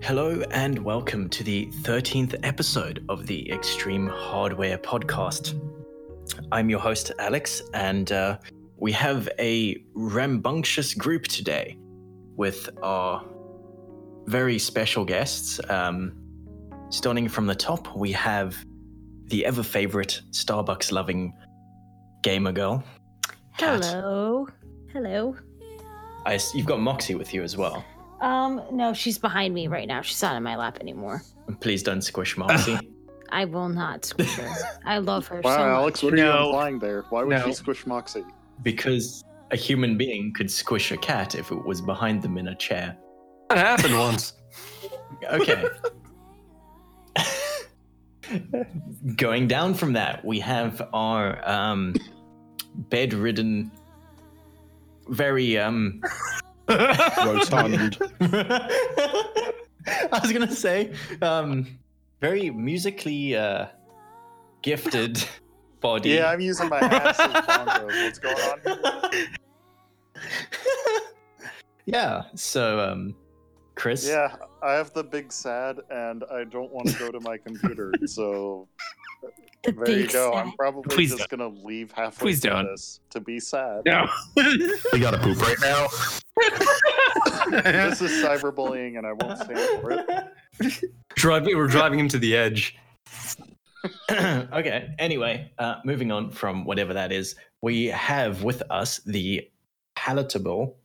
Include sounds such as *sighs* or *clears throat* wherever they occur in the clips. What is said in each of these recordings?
Hello, and welcome to the 13th episode of the Extreme Hardware Podcast. I'm your host, Alex, and uh, we have a rambunctious group today with our very special guests. Um, starting from the top, we have the ever favorite Starbucks loving gamer girl. Kat. Hello. Hello. I s- you've got Moxie with you as well. Um, no, she's behind me right now. She's not in my lap anymore. Please don't squish Moxie. I will not squish her. I love her Wow, so much. Alex, what are No. you implying there? Why would No. you squish Moxie? because a human being could squish a cat if it was behind them in a chair. *laughs* That happened once. Okay. *laughs* Going down from that, we have our um, bedridden, very um. Rotund. *laughs* I was gonna say, um, very musically uh, gifted body. Yeah, I'm using my ass as bongos. What's going on? here? *laughs* yeah. So, um, Chris. Yeah, I have the big sad, and I don't want to go to my computer. So The there you big go. I'm sad. probably Please just gonna leave halfway Please through don't. this to be sad. *laughs* No. We gotta poop right now. This is cyberbullying, and I won't stand for *laughs* it. driving, we're driving him to the edge. *clears throat* okay. Anyway, uh, moving on from whatever that is, we have with us the palatable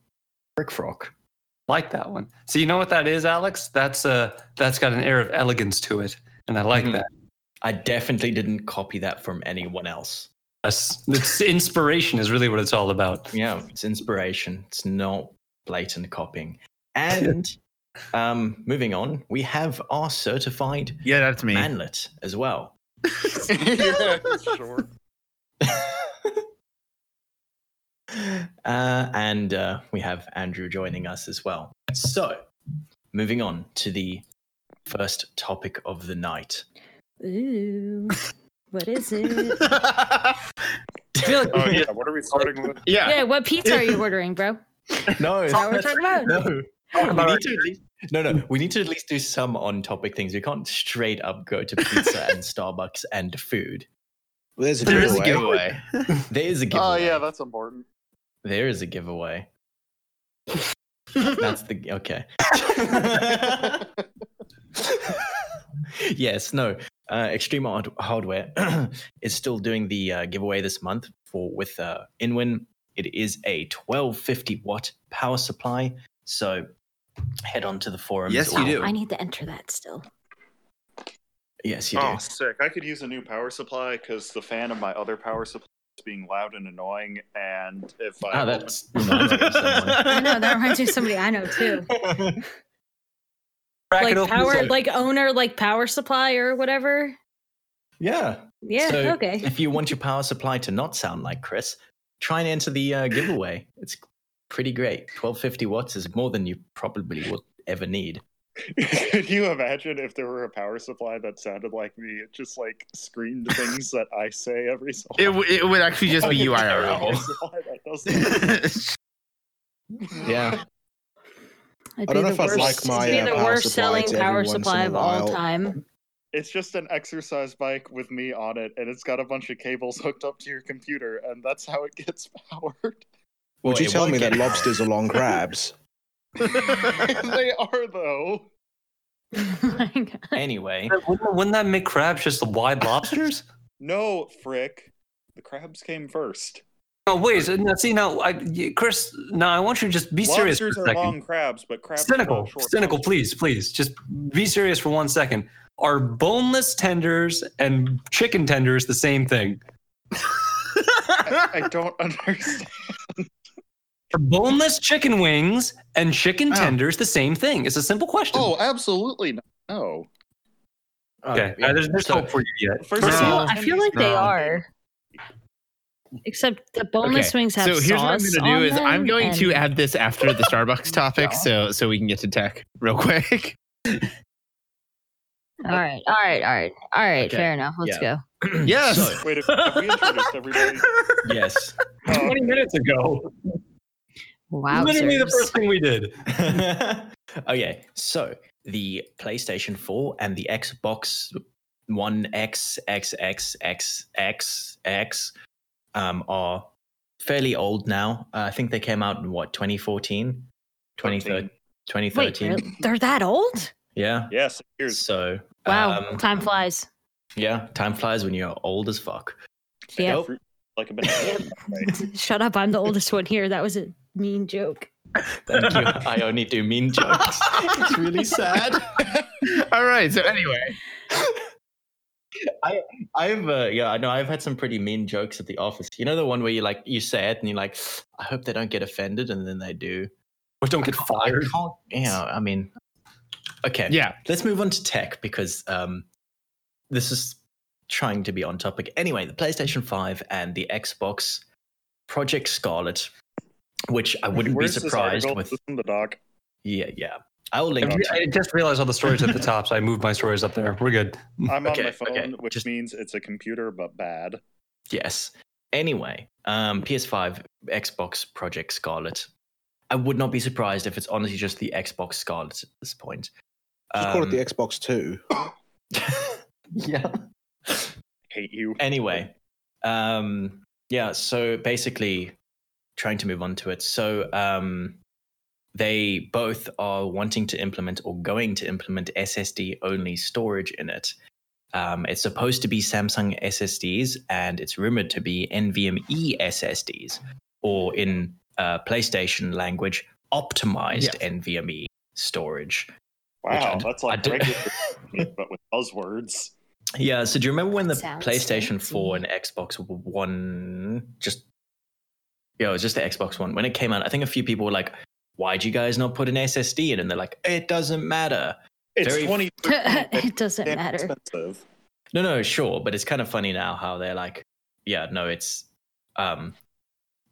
Brick Frock. Like that one. So you know what that is, Alex? That's uh that's got an air of elegance to it, and I like Mhm. that. I definitely didn't copy that from anyone else. That's, it's inspiration is really what it's all about. Yeah, it's inspiration. It's not blatant copying. *laughs* And um, moving on, we have our certified Yeah, that's me. manlet as well. yeah, sure. *laughs* uh, and uh, we have Andrew joining us as well. So, moving on to the first topic of the night. *laughs* Ooh. What is *laughs* it? I feel like Oh yeah, what are we starting with? yeah. yeah, what pizza are you ordering, *laughs* bro? *laughs* No, That's what we're talking about. no, Talk we about need to at least, no, no, we need to at least do some on-topic things. We can't straight up go to pizza *laughs* and Starbucks and food. Well, there's a There is giveaway. a giveaway. There is a giveaway. Oh yeah, that's important. There is a giveaway. That's the okay. yes, no. Uh, Extreme Hard- Hardware *clears throat* is still doing the uh, giveaway this month for with uh, Inwin. It is a 1250 watt power supply. So head on to the forums. Yes, you or- do. Oh, I need to enter that still. Yes, you do. Oh, sick! I could use a new power supply because the fan of my other power supply is being loud and annoying, and if I Ah, that's reminds me of *laughs* someone. I know, that reminds me of somebody I know too. Crack Like it open. power like owner, like power supply or whatever. Yeah. Yeah, So okay. If you want your power supply to not sound like Chris, try and enter the uh, giveaway. It's pretty great. 1250 watts is more than you probably will ever need. Could you imagine if there were a power supply that sounded like me? It just like screamed things that I say every so It, w- it would actually just be you *laughs* Power IRL. supply that does that. That's *laughs* Yeah. It'd I be don't know the if I'd worst- like my, it'd uh, be the power worst supply selling to power every once in supply a of all while. time. *laughs* It's just an exercise bike with me on it, and it's got a bunch of cables hooked up to your computer, and that's how it gets *laughs* powered. Well, Would you it tell won't me get that out. lobsters are long crabs? they are though. My God. *clears throat* Anyway, Wouldn't wouldn't that make crabs just wide lobsters? No, frick. The crabs came first. Oh wait, so, now, see now, I, y- Chris. Now I want you to just be serious for a Lobsters are second. long crabs, but crabs are cynical, short cynical. lobsters. Please, please, just be serious for one second. Are boneless tenders and chicken tenders the same thing? I I don't *laughs* understand. Are boneless chicken wings and chicken Oh. tenders the same thing? It's a simple question. Oh, absolutely not. No. oh, okay. yeah. Uh, there's there's So- hope for you *laughs* yet. First I of all, Um, feel, I feel like they No. are. Except the *laughs* boneless Okay, wings have So here's what I'm sauce gonna do on is I'm them going to and- add this after the *laughs* Starbucks topic, so so we can get to tech real quick. *laughs* All right, all right, all right, all right. Okay, Fair enough. Let's go. Yes. So, Wait, have- have we *laughs* introduced everybody? yes. *laughs* Oh, Twenty minutes ago, Wow. literally the first thing we did. okay. So the PlayStation 4 and the Xbox One X, X, X, X, X, X um, are fairly old now. Uh, I think they came out in what, 2014? 2013? Wait, 2013. really? they're that old? Yeah. Yes, *laughs* here's So, Wow, um, time flies. yeah, time flies when you're old as fuck. Yeah. *laughs* Nope. like a banana. Right. Shut up, I'm the oldest one here. That was a mean joke. *laughs* Thank you. I only do mean jokes. it's really sad. All right. So anyway, I've uh, yeah, I know I've had some pretty mean jokes at the office. You know the one where you like you say it and you're like, I hope they don't get offended, and then they do. But don't get I fired. can't. Yeah, I mean, okay. yeah. Let's move on to tech because um, this is trying to be on topic. Anyway, the PlayStation Five and the Xbox Project Scarlet, which I wouldn't Where's be this surprised article? with. This in the doc. Yeah, yeah. I'll link I it. I just realized all the stories at the top, so I moved my stories up there. We're good. I'm Okay, on my phone, okay, which just- means it's a computer, but bad. Yes. Anyway, um, PS5, Xbox Project Scarlet. I would not be surprised if it's honestly just the Xbox Scarlet at this point. Just call it the Um, Xbox Two. Oh, *laughs* yeah. Hate you. Anyway, um, yeah. So basically, trying to move on to it. So um, they both are wanting to implement or going to implement SSD only storage in it. Um, it's supposed to be Samsung SSDs and it's rumored to be NVMe SSDs, or in uh, PlayStation language, optimized NVMe E storage. which I Wow, d- that's I like d- regular, *laughs* but with buzzwords. Yeah. So do you remember when the Sounds PlayStation 4 and fancy. Xbox One just yeah, it was just the Xbox One when it came out? I think a few people were like, "Why'd you guys not put an SSD in?" And they're like, "It doesn't matter." It's *laughs* Very- twenty. it doesn't matter. Expensive. No, no, sure, but it's kind of funny now how they're like, "Yeah, no, it's um,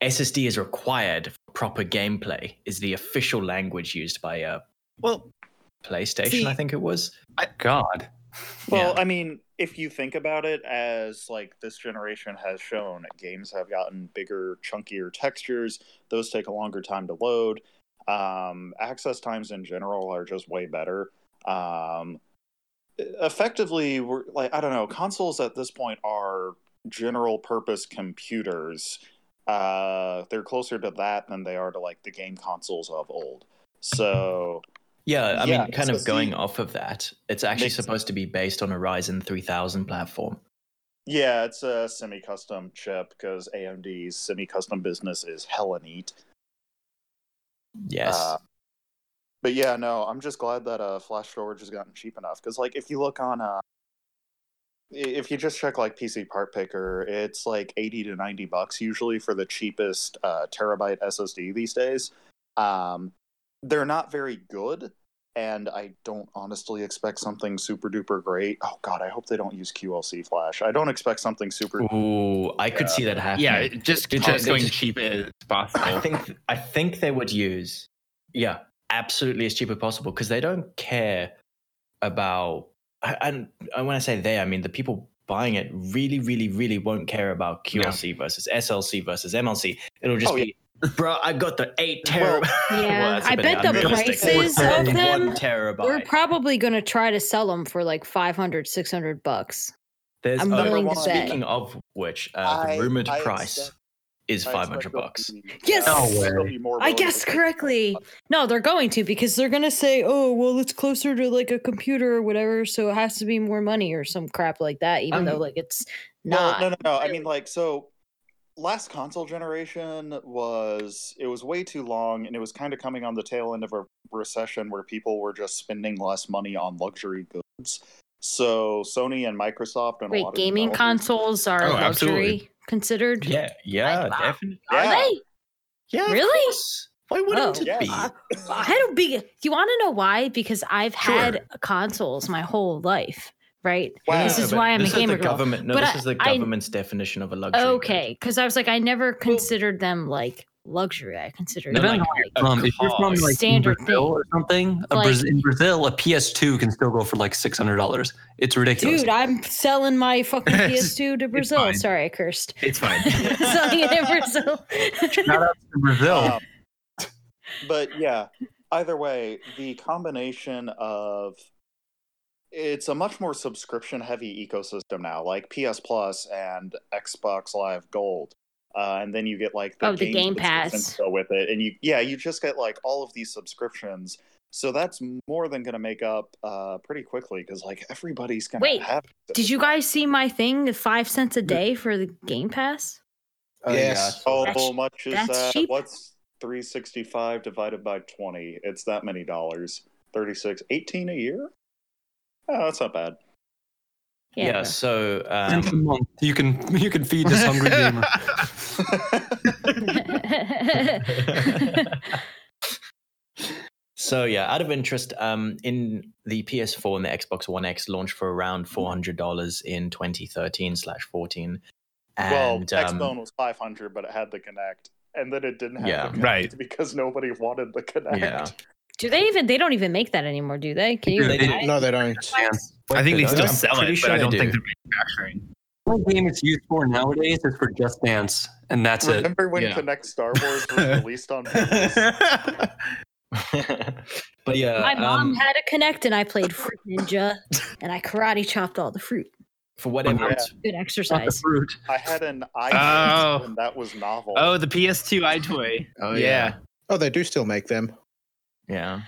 SSD is required for proper gameplay." Is the official language used by uh, Well, PlayStation? See- I think it was. God. Well, Yeah. I mean, if you think about it, as like this generation has shown, games have gotten bigger, chunkier textures. Those take a longer time to load. Um, access times in general are just way better. Um, effectively, we're like I don't know, consoles at this point are general purpose computers. Uh, they're closer to that than they are to like the game consoles of old. So Yeah, I Yeah, mean, kind so of see- going off of that, it's actually Makes- supposed to be based on a Ryzen 3000 platform. Yeah, it's a semi-custom chip because AMD's semi-custom business is hella neat. Yes. Uh, but yeah, no, I'm just glad that uh, flash storage has gotten cheap enough because, like, if you look on, uh, i- if you just check like PC Part Picker, it's like 80 to 90 bucks usually for the cheapest uh, terabyte SSD these days. Um, they're not very good, and I don't honestly expect something super duper great. Oh God, I hope they don't use QLC flash. I don't expect something super. Ooh, I could Yeah. see that happening. yeah. Just It's just a- going it's- cheap as possible. I think I think they would use yeah, absolutely as cheap as possible because they don't care about I, and and when I say they, I mean the people buying it really, really, really won't care about QLC versus SLC versus MLC. It'll just Oh, yeah. be bro, I got the eight Well, terabyte. Yeah, that's a I bit bet the unrealistic. prices Four of thirty, One them. We're terabyte. probably going to try to sell them for like 500, 600 bucks. There's I'm number willing one. to say. Speaking of which, uh, the I- rumored I price expect- is I five expect hundred they'll bucks. be- Yes! I No expect they'll way. be more I willing to guess pay. correctly. No, they're going to because they're going to say, oh, well, it's closer to like a computer or whatever. So it has to be more money or some crap like that, even Um, though like it's No, not. no, no, no. I mean, like, so last console generation was it was way too long, and it was kind of coming on the tail end of a recession where people were just spending less money on luxury goods. So Sony and Microsoft and a Wait, lot of gaming developers- consoles are Oh, luxury absolutely. considered? Yeah, yeah, Like, wow. definitely. Are Yeah. they? Yeah, of Really? course. Why wouldn't Oh. it Yeah. be? Uh, I don't be. Do you want to know why? Because I've Sure. had consoles my whole life, right? Wow. This No, is but why I'm this a gamer Is the girl. government, no, But this I- is the I- government's definition of a luxury. good. Okay, because I was like, I never considered them like luxury. I considered No, them like, like a Um, if you're from car. like Standard Brazil thing. or something, a Like- Braz- in Brazil, a PS2 can still go for like six hundred dollars. It's ridiculous. Dude, I'm selling my fucking It's- PS2 to Brazil. fine. Sorry, *laughs* I cursed. it's fine. *laughs* selling it in Brazil. Shout out to Brazil. Um, but yeah, either way, the combination of it's a much more subscription heavy ecosystem now, like PS Plus and Xbox Live Gold. Uh, and then you get like Oh, the Game Pass. subscriptions go with it, and you yeah, you just get like all of these subscriptions. So that's more than going to make up uh, pretty quickly because like everybody's going Wait, to have. Did you guys see my thing? The five cents a day for the Game Pass? Oh, Yes. How That's- much is that's that? cheap. What's 365 divided by 20? It's that many dollars. 36, 18 a year? Oh, that's not bad. Yeah, Yeah. so yeah. um, Once a month, you can you can feed *laughs* this *laughs* hungry gamer. so yeah, out of interest, um, in the PS4 and the Xbox One X launched for around four hundred dollars in twenty thirteen slash fourteen. well, And Xbone um, was 500, but it had the Connect, and then it didn't have Yeah. the Kinect Right. because nobody wanted the Connect. *laughs* Yeah. *laughs* Do they even? They don't even make that anymore, do they? Can you? Yeah, they buy it? No, they don't. wait, I think they don't still I'm sell pretty it, sure but I they don't do. think they're manufacturing. One game it's used for nowadays is for Just Dance, and that's it. Remember when Yeah. Connect Star Wars *laughs* was released on PS? *laughs* but yeah, My mom um, had a connect, and I played Fruit Ninja, and I karate chopped all the fruit. for whatever Yeah. it's Good Not the *laughs* exercise. fruit. I had an Oh. iPhone, and that was novel. oh, the PS2 iToy. Oh, yeah. Oh, they do still make them. yeah.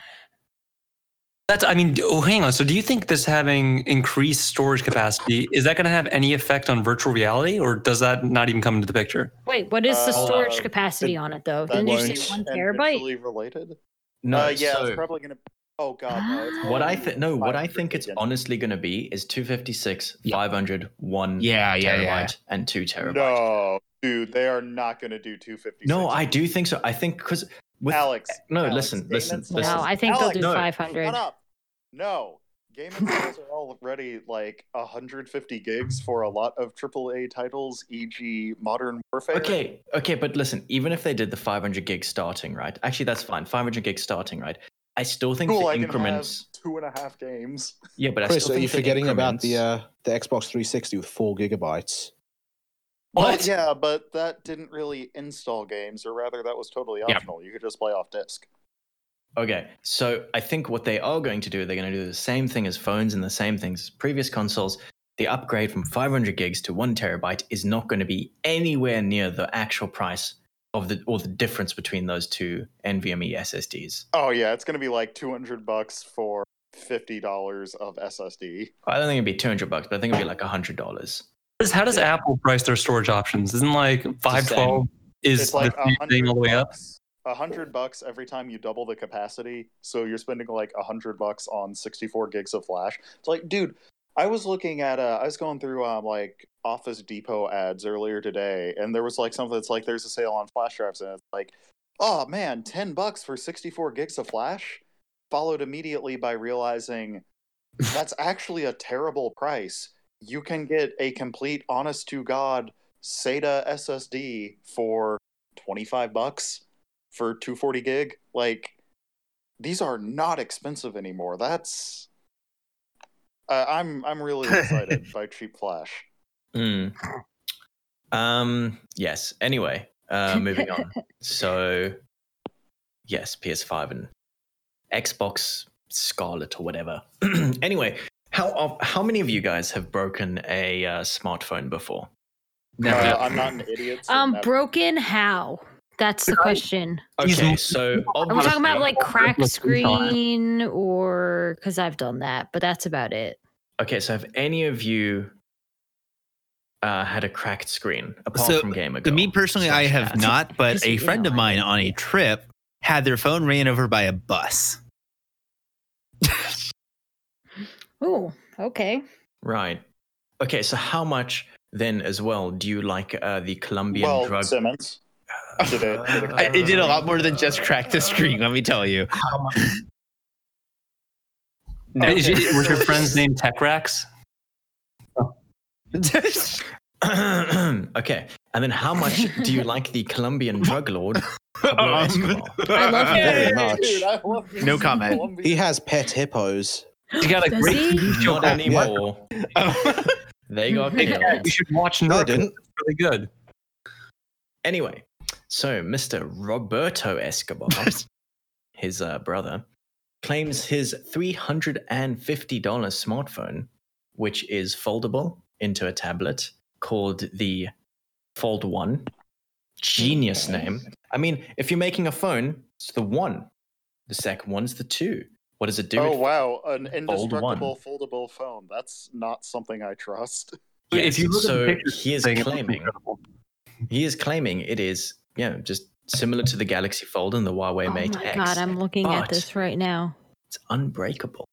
That's I mean, d- oh, hang on. So do you think this having increased storage capacity is that going to have any effect on virtual reality, or does that not even come into the picture? Wait, what is the Uh, storage capacity on it though? That Didn't you wasn't say one terabyte? tangentially related? No, uh, yeah, so- it's probably gonna. Oh god, no, *gasps* it's What I probably think, no, what I 500 think it's again. honestly going to be is 256, Yeah. 500, 1 Yeah, yeah, terabyte, yeah. and 2 terabyte. No, dude, they are not gonna do 256. No, I do think so. I think because with Alex. no, Alex, listen, Game listen, and listen. no, I think Alex, they'll do no. 500. Shut up. No. Game and Tools are already like 150 gigs for a lot of AAA titles, e.g., Modern Warfare. okay, okay, but listen, even if they did the 500 gig starting, right? Actually, that's fine. 500 gig starting, right? I still think Cool, the I can have increments. two and a *laughs* half games. Yeah, but I Chris, still are think you the forgetting about the increments- uh, the Xbox 360 with four gigabytes? But, yeah, but that didn't really install games, or rather, that was totally Yeah. optional. You could just play off disk. Okay, so I think what they are going to do, they're going to do the same thing as phones and the same things as previous consoles. The upgrade from 500 gigs to one terabyte is not going to be anywhere near the actual price of the or the difference between those two NVMe SSDs. Oh yeah, it's gonna be like 200 bucks for fifty dollars of SSD. I don't think it'd be 200 bucks, but I think it'd be like 100 dollars. What is- How does Apple price their storage options? Isn't like five twelve is it's like the same thing all the way up? A hundred bucks every time you double the capacity, so you're spending like a hundred bucks on sixty-four gigs of flash. It's like, dude, I was looking at, uh, I was going through um, like Office Depot ads earlier today, and there was like something that's like, there's a sale on flash drives, and it's like, oh man, ten bucks for sixty-four gigs of flash, followed immediately by realizing *laughs* that's actually a terrible price. You can get a complete, honest to god SATA SSD for 25 bucks for 240 gig like these are not expensive anymore that's uh, i'm i'm really excited by cheap *laughs* flash Mm. Um. Yes. Anyway, uh, moving on. So, yes, PS5 and Xbox Scarlet or whatever. *clears throat* anyway, how of- how many of you guys have broken a uh, smartphone before? uh, i'm not an idiot so Um, never. broken how? That's the question. He's- *laughs* Okay, so Are we talking about obviously- like cracked Let's move on. screen or because I've done that, but that's about it. okay? So have any of you? Uh, had a cracked screen apart So, from gamer To girl me personally, I slash have Kat. not, but Just a email friend of it. mine on a trip had their phone ran over by a bus. Oh, okay. right okay so how much then as well do you like uh, the colombian well drug *laughs* simmons did it, did it I, it did a lot more than just crack the screen, let me tell *laughs* you. Um, Is *laughs* it- was your friend's name Tech Racks? *clears throat* okay. And then how much do you like the Colombian drug lord? Pablo Um, Escobar? I love *laughs* Very Hey, much. *laughs* dude, I love these No comment. Colombian- He has pet hippos. You got a Does great he? TV show. Not anymore. They got Hey, killed. You should watch No, I Narcos. didn't. It's really good. Anyway, so Mr. Roberto Escobar, his uh, brother, claims his $350 smartphone, which is foldable into a tablet called the Fold One. Genius name. I mean, if you're making a phone, it's the one. The second one's the two. What does it do? oh It- wow, an Fold one. indestructible foldable phone. That's not something I trust. Yes, if you look so at the pictures, he is thing, it looks claiming incredible. he is claiming it is yeah just similar to the Galaxy Fold and the Huawei Oh my Mate X. god, I'm looking but- at this right now. It's unbreakable.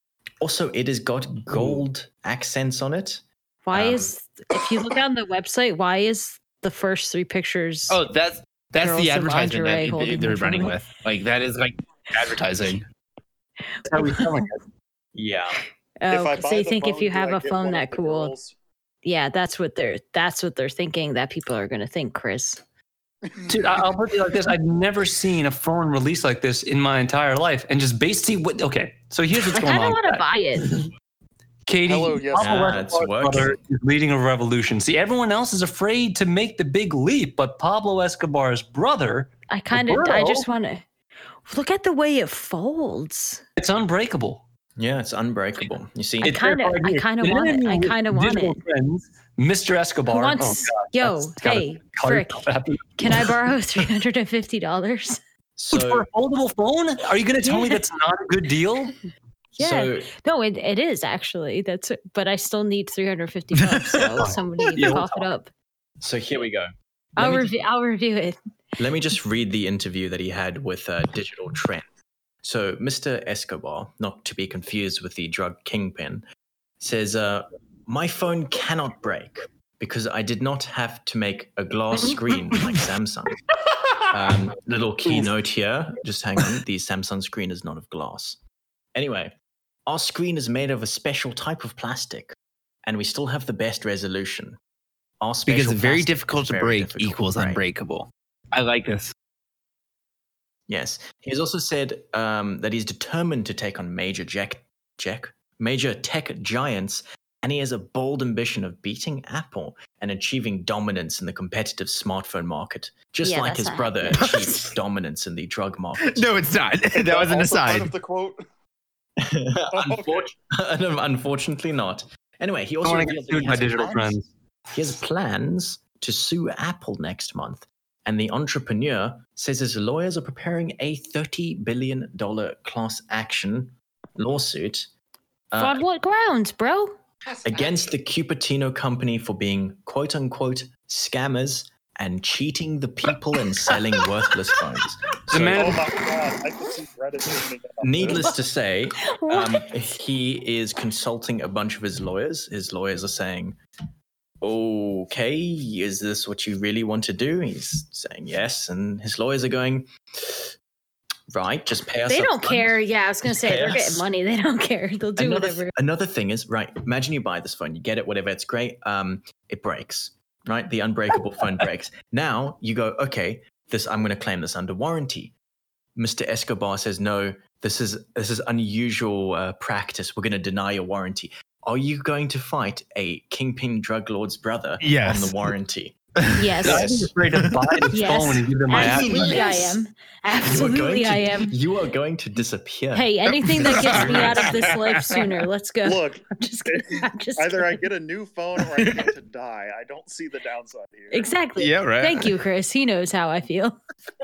Also, it has got gold accents on it. Why Um, is if you look on the website, why is the first three pictures? Oh, that's that's Girls the in advertisement lingerie that they- holding they're the phone. running with. Like that is like advertising. That's how we selling it. Yeah. Oh, so buy you the think if phone, you do I have a get phone one of that the cool, girls? yeah, that's what they're that's what they're thinking that people are gonna think, Chris. *laughs* Dude, I- I'll put it like this: I've never seen a phone release like this in my entire life, and just basically, what, okay. So here's what's Like, going I on. don't with want to that. buy it. Katie, Hello, yes, Papa Ah, West- it's Pablo's working. brother is leading a revolution. See, everyone else is afraid to make the big leap, but Pablo Escobar's brother, *laughs* I kind of I just girl- want to look at the way it folds. it's unbreakable. Yeah, it's unbreakable. You see, I It's kinda- there for I you. kinda Did want it. anyone I with kinda want digital it. Friends, Mr. Escobar. Who oh, wants? God, yo, that's gotta hey, call frick, yourself happy. can I borrow three hundred and fifty dollars? *laughs* for so, *laughs* a foldable phone? Are you going to tell me that's not a good deal? Yeah. so No, it, it is actually. That's it. but I still need three hundred fifty bucks. So somebody Yeah, we'll cough it up. so here we go. Let I'll me review. I'll review it. Let me just read the interview that he had with uh, Digital Trend. So, Mr. Escobar, not to be confused with the drug kingpin, says, uh, My phone cannot break because I did not have to make a glass screen like Samsung. Um, little keynote here. Just hang on. The Samsung screen is not of glass. Anyway, our screen is made of a special type of plastic, and we still have the best resolution. Our because special very plastic difficult is to very break difficult to equals break. unbreakable. I like this. Yes, he's also said um, that he's determined to take on major jack, jack, major tech giants, and he has a bold ambition of beating Apple and achieving dominance in the competitive smartphone market, just Yeah, like that's his not brother happening. *laughs* achieved dominance in the drug market. No, it's not. Is that was an also part aside. of *laughs* the quote. *laughs* Unfor- *laughs* Unfortunately, not. Anyway, he I also want to get reveals that he sued by has digital plans- friends. He has plans to sue Apple next month. And the entrepreneur says his lawyers are preparing a $30 billion class action lawsuit For uh, what grounds, bro? against the Cupertino company for being quote unquote scammers and cheating the people and selling worthless phones. The So, man- Oh my god, I can see Reddit opening up. needless to say, What? um, he is consulting a bunch of his lawyers. His lawyers are saying, "Okay, is this what you really want to do?" He's saying yes, and his lawyers are going, "Right, just pay us." they up don't front." care. Yeah, I was gonna say they're Yes. getting money. They don't care. They'll do Another, *laughs* whatever. another thing is right. Imagine you buy this phone, you get it, whatever. It's great. Um, it breaks. Right, the unbreakable phone *laughs* breaks. Now you go, okay, this I'm going to claim this under warranty. Mr. Escobar says, no, this is this is unusual uh, practice. We're going to deny your warranty. Are you going to fight a kingpin drug lord's brother on Yes. the *laughs* warranty? Yes, I'm Yes. afraid to buy the Yes. phone and give them my app. absolutely I Yes. am. You are going Absolutely to, I am. You are going to disappear. Hey, anything that gets me out of this life sooner. Let's go. Look, *laughs* I'm just kidding. I'm just either I kidding. get a new phone or I get to die. I don't see the downside here. exactly. Yeah, right. *laughs* Thank you, Chris. He knows how I feel.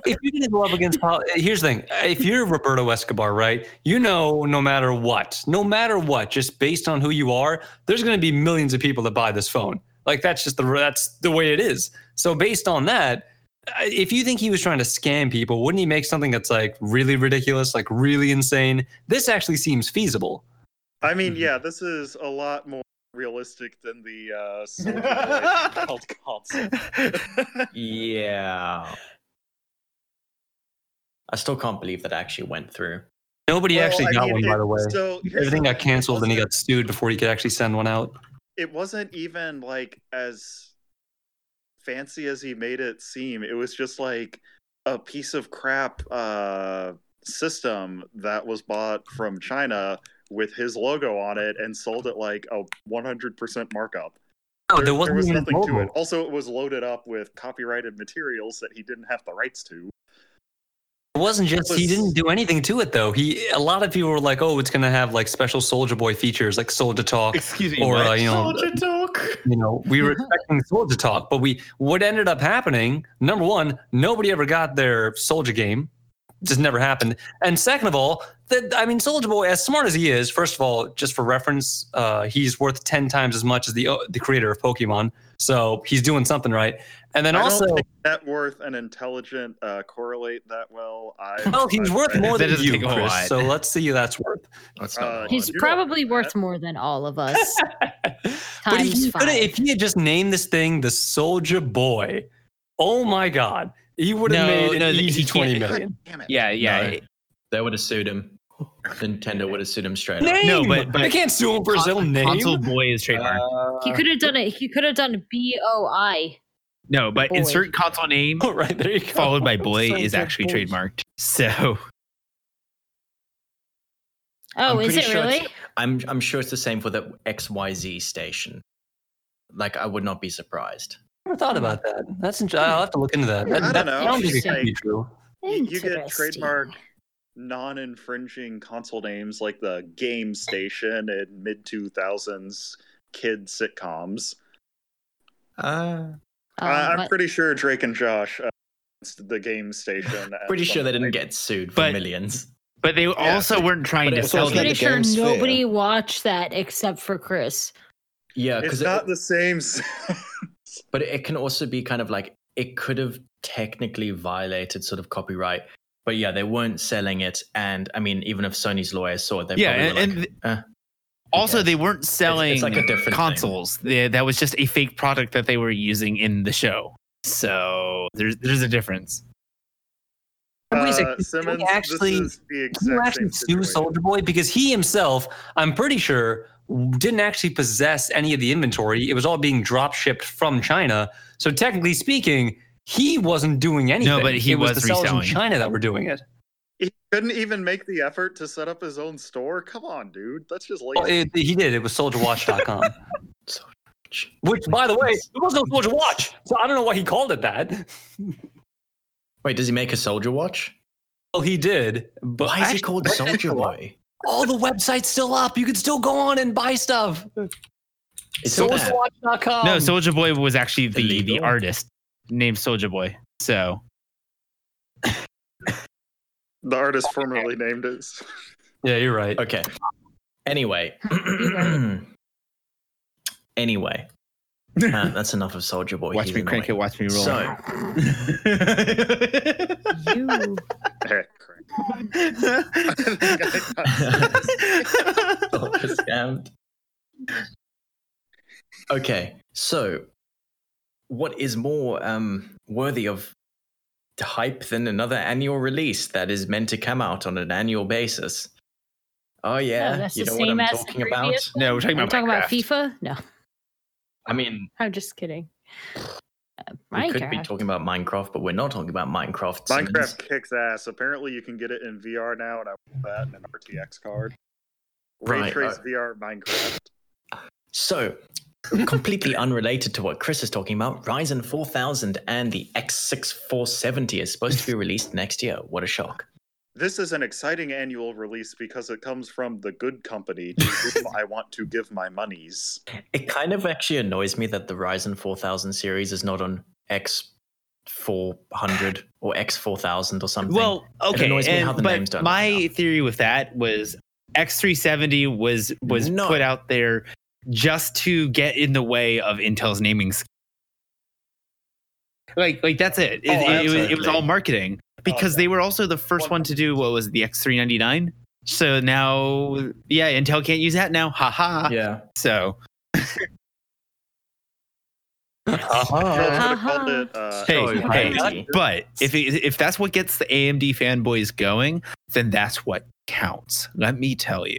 If you're going to go up against, Pol- here's the thing: if you're Roberto Escobar, right, you know, no matter what, no matter what, just based on who you are, there's going to be millions of people that buy this phone. Like that's just the that's the way it is. So based on that, I- if you think he was trying to scam people, wouldn't he make something that's like really ridiculous, like really insane? This actually seems feasible. I mean, yeah, this is a lot more realistic than the *laughs* uh, Soldier Boy cult concept. Yeah. I still can't believe that actually went through. Nobody Well, actually I got mean, one, it- by the way. So here's Everything the got thing, it canceled, and he wasn't- got sued before he could actually send one out. It wasn't even like as fancy as he made it seem. It was just like a piece of crap uh, system that was bought from China with his logo on it and sold at like a 100% markup. No, Oh, there wasn't there was even nothing to mobile. it. Also, it was loaded up with copyrighted materials that he didn't have the rights to. It wasn't just he was- didn't do anything to it though. He a lot of people were like, "Oh, it's gonna have like special Soldier Boy features, like Soldier Talk." Excuse me. Or, what? uh, you know, talk. You know, we *laughs* were expecting Soldier Talk, but we what ended up happening? Number one, nobody ever got their Soldier game. It just never happened. And second of all, that I mean, Soldier Boy, as smart as he is, first of all, just for reference, uh, he's worth ten times as much as the the creator of Pokemon. So he's doing something right. And then I don't also, think net worth and intelligent uh, correlate that well. I, well, Oh, he's I've worth read- more That than doesn't you, take a whole Chris. lot. So let's see that's worth. That's not Uh, a He's You're probably okay. worth more than all of *laughs* us. *laughs* but Times he coulda- five. if he had just named this thing the Soldier Boy, oh my God, he would have No, made no, an the- easy he *laughs* can't- twenty million. Damn it. yeah, yeah. No. That would have sued him. Nintendo would have sued him straight up. Name, No, but- they but- can't sue him for his Con- own name. Console boy is trademark. he could have done it. He could have done B O I. no, but boy. insert console name *laughs* All right, there you go. followed by boy Sounds is like actually Oh, boy. trademarked. So Oh, I'm is it pretty sure it's- really? I'm I'm sure it's the same for the XYZ station. Like I would not be surprised. I never thought about that. That's int- I'll have to look into that. I that don't that know. sounds like it could Interesting. be true. You, you get Interesting. trademark non infringing console names like the Game Station and mid 2000s kid sitcoms. Ah. uh, Oh, I, I'm but- pretty sure Drake and Josh. Uh, it's the game station. at Pretty sure some they didn't point. get sued for But- millions. but they also weren't trying But to it's sell also them. pretty the sure game sphere. nobody watched that except for Chris. Yeah, It's because not the same. s- but it can also be kind of like it could have technically violated sort of copyright. But yeah, they weren't selling it, and I mean, even if Sony's lawyers saw it, they Yeah, probably were and, like, and "Eh." also Okay. they weren't selling like a different thing. consoles. They, that was just a fake product that they were using in the show. So there's there's a difference. Wait a Uh, second, did he Simmons, actually- this is the Did you exact actually same sue situation. Soldier Boy because he himself, I'm pretty sure, didn't actually possess any of the inventory. It was all being drop shipped from China. So technically speaking, he wasn't doing anything. but he it was, was the sellers in reselling. China that were doing it. He couldn't even make the effort to set up his own store. Come on, dude. That's just Well, lazy. Oh, it- he did. It was *laughs* SoldierWatch.com. Soldier Which, by the way, it was no Soldier Watch, so I don't know why he called it that. "Wait, does he make a soldier watch? Well, he did, but Why is he called Actually, Soldier Boy? all the websites still up. You can still go on and buy stuff. It's so bad. SoldierWatch.com. Um, no, Soldier Boy was actually the, the Illegal? artist named Soldier Boy. So the artist formerly *laughs* named *laughs* is. yeah, you're right. Okay. Anyway. *clears throat* anyway. *laughs* Uh, that's enough of Soldier Boy. watch He's me crank it, annoying. watch me *laughs* roll. So, *laughs* You. Hey, *laughs* correct. I think I got- *laughs* Soldier scammed. Okay. So, what is more um, worthy of hype than another annual release that is meant to come out on an annual basis? Oh, yeah. that's you the know what I'm same as the talking about? previous *laughs* no, we're talking Are we about, talking about Minecraft. FIFA? No, I mean, I'm just kidding. Uh, we could be *laughs* Minecraft. talking about Minecraft, but we're not talking about Minecraft. Simmons. Minecraft kicks ass. Apparently, you can get it in VR now, and I want that and an RTX card. Ray Right, Trace uh, VR Minecraft. *laughs* So, completely unrelated to what Chris is talking about, Ryzen 4000 and the X6470 is supposed to be released next year. What a shock. This is an exciting annual release because it comes from the good company to whom I want to give my *laughs* monies. It kind of actually annoys me that the Ryzen 4000 series is not on X400 or X4000 or something. Well, okay, annoys me and- how the but name's done my right now. theory with that was X370 was was No. put out there just to get in the way of Intel's naming. scheme. Like, like that's it. It, Oh, it- it was- it was absolutely. all marketing because they were also the first one to do what was it, the X399. So now, yeah, Intel can't use that now. Haha. yeah. So They Uh-huh. could've called it, uh, hey, Oh, hey, right. but if it, if that's what gets the AMD fanboys going, then that's what counts. Let me tell you.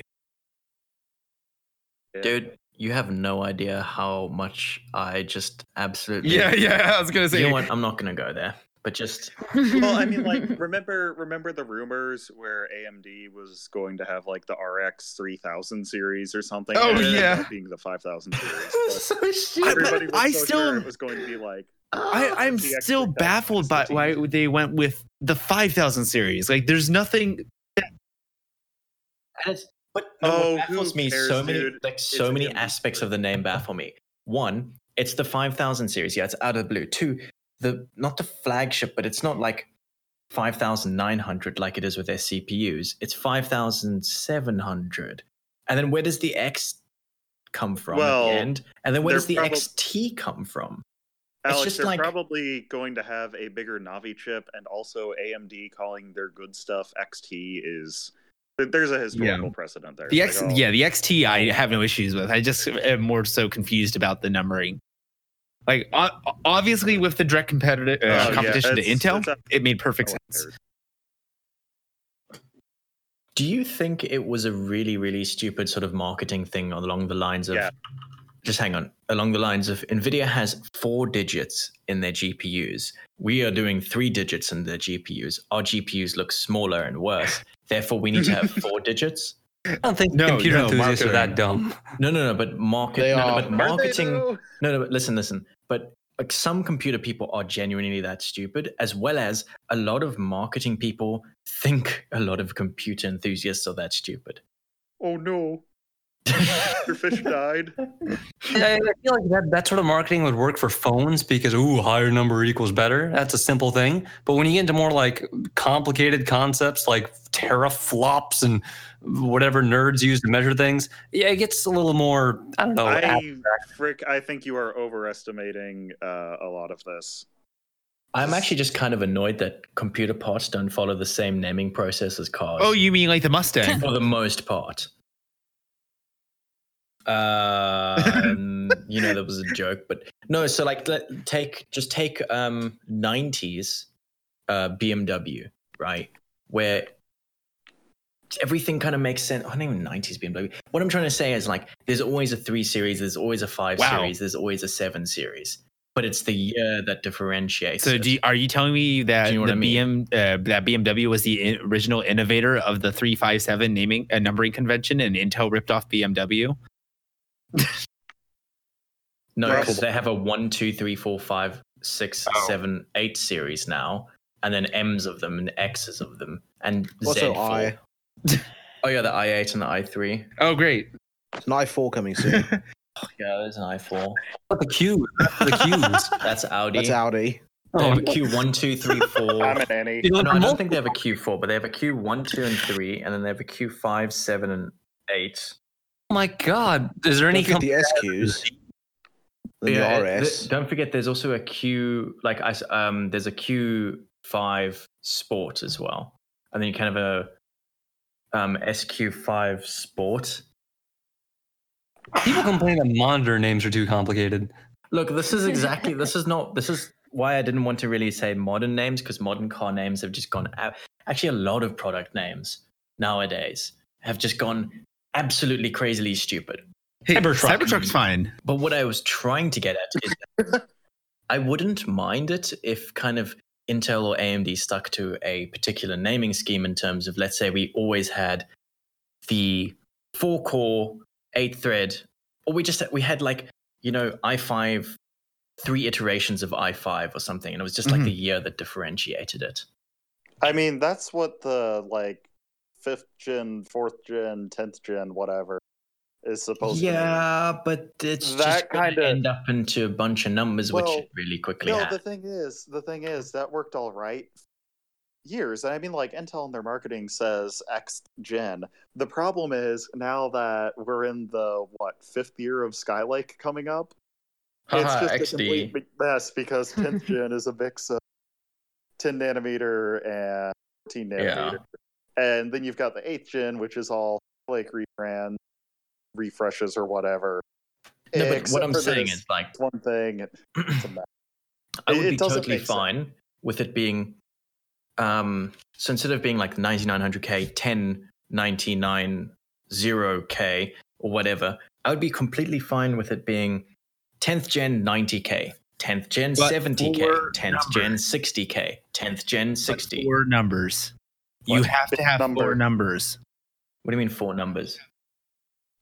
Dude, you have no idea how much I just absolutely. Yeah, yeah. I was gonna say. You know what? I'm not going to go there, but just. well, I mean, like remember remember the rumors where AMD was going to have like the RX 3000 series or something. Oh, and it ended yeah. up being the 5000 series. *laughs* so But stupid. everybody was *laughs* I so still- sure it was going to be like *laughs* I, I'm The extra still guidance baffled by that you why need. they went with the 5000 series. Like, there's nothing. And it's but Oh, oh, who baffles me cares, so many dude? like so It's many gonna be aspects free. of the name baffle me. One, it's the five thousand series. Yeah, it's out of the blue. Two, the not the flagship, but it's not like five thousand nine hundred like it is with their CPUs. It's five thousand seven hundred. And then where does the X come from Well, at the end? And then where they're does the prob- XT come from? It's Alex, just they're like- probably going to have a bigger Navi chip, and also AMD calling their good stuff XT is. th- There's a historical precedent there. The It's X, like, oh, yeah, the XT I have no issues with. I just am more so confused about the numbering. Like, o- obviously, with the direct competitive Oh, uh, yeah, competition to it's- Intel, it's a- it made no perfect one sense. cares. Do you think it was a really, really stupid sort of marketing thing along the lines of Yeah. just hang on, along the lines of Nvidia has four digits in their GPUs. We are doing three digits in their GPUs. Our GPUs look smaller and *laughs* worse. Therefore, we need to have four digits. I don't think No, computer no, enthusiasts are marketing. that *laughs* dumb. No, no, no. But market, They no, no, are- but Aren't they, marketing. No, no. But listen, listen. But like some computer people are genuinely that stupid, as well as a lot of marketing people think a lot of computer enthusiasts are that stupid. Oh *laughs* no, your fish died. I I feel like that, that sort of marketing would work for phones because ooh, higher number equals better. That's a simple thing. But when you get into more like complicated concepts like teraflops and whatever nerds use to measure things, yeah, it gets a little more. I Oh, don't know. ab- I frick. I think you are overestimating uh, a lot of this. I'm actually just kind of annoyed that computer parts don't follow the same naming process as cars. Oh, you mean like *laughs* the Mustang? for the most part. *laughs* Um, you know, that was a joke, but no. So, like, let, take just take um '90s uh, BMW, right? Where everything kind of makes sense. I don't even '90s BMW. What I'm trying to say is like, there's always a three series, there's always a five Wow. series, there's always a seven series, but it's the year that differentiates. So, it. do you, are you telling me that Do you know what the I mean? BM uh, that BMW was the in- original innovator of the three five seven naming uh, numbering convention, and Intel ripped off BMW? No, Right. because they have a one, two, three, four, five, six, seven, eight series now, and then M's of them and X's of them and Also, Z4. I. Oh yeah, the i8 and the i3. Oh, great! An i4 coming soon. Oh, yeah, there's an i4. the Q, the *laughs* Qs. That's Audi. That's Audi. They Oh, have a Q1, 2, 3, *laughs* 4. I'm an any. you know, no, I multi- don't think they have a Q4, but they have a Q1, 2, and 3, and then they have a Q5, 7, and 8. oh my God! Is there any? Don't forget company the SQs. Then Yeah, the it- RS. th- don't forget, there's also a Q, like I, s- um, there's a Q5 Sport as well, and then you kind of a um, SQ5 Sport. people complain that monitor names are too complicated. Look, this is exactly this is not this is why I didn't want to really say modern names because modern car names have just gone out. Actually, a lot of product names nowadays have just gone absolutely crazily stupid. Hey, Cybertruck. Cybertruck's fine. But what I was trying to get at is *laughs* that I wouldn't mind it if kind of Intel or AMD stuck to a particular naming scheme in terms of, let's say, we always had the four core, eight thread, or we just we had like, you know, i5, three iterations of i5 or something. And it was just like the year that differentiated it. I mean, that's what the like fifth gen, fourth gen, tenth gen, whatever is supposed to. Yeah, but it's That just going kinda- to end up into a bunch of numbers, Well, which it really Be. quickly No, had. the thing is, the thing is that worked all right. Years, and I mean, like Intel in their marketing says X gen. The problem is now that we're in the what fifth year of Skylake coming up, Haha, it's just a XD. complete big *laughs* mess because 10th gen is a mix of 10 nanometer and 14 nanometer. And then you've got the 8th gen, which is all like rebrand refreshes or whatever. No, but what Except I'm for saying this is like one thing. It's a mess. I would It- it be doesn't totally make sense. fine with it being, um, so instead of being like 9900K, 10990K or whatever, I would be completely fine with it being 10th gen 90K, 10th gen But 70K, for 10th gen 60K, 10th gen But 60. Four numbers. You What? have to have Number. four numbers. What do you mean four numbers?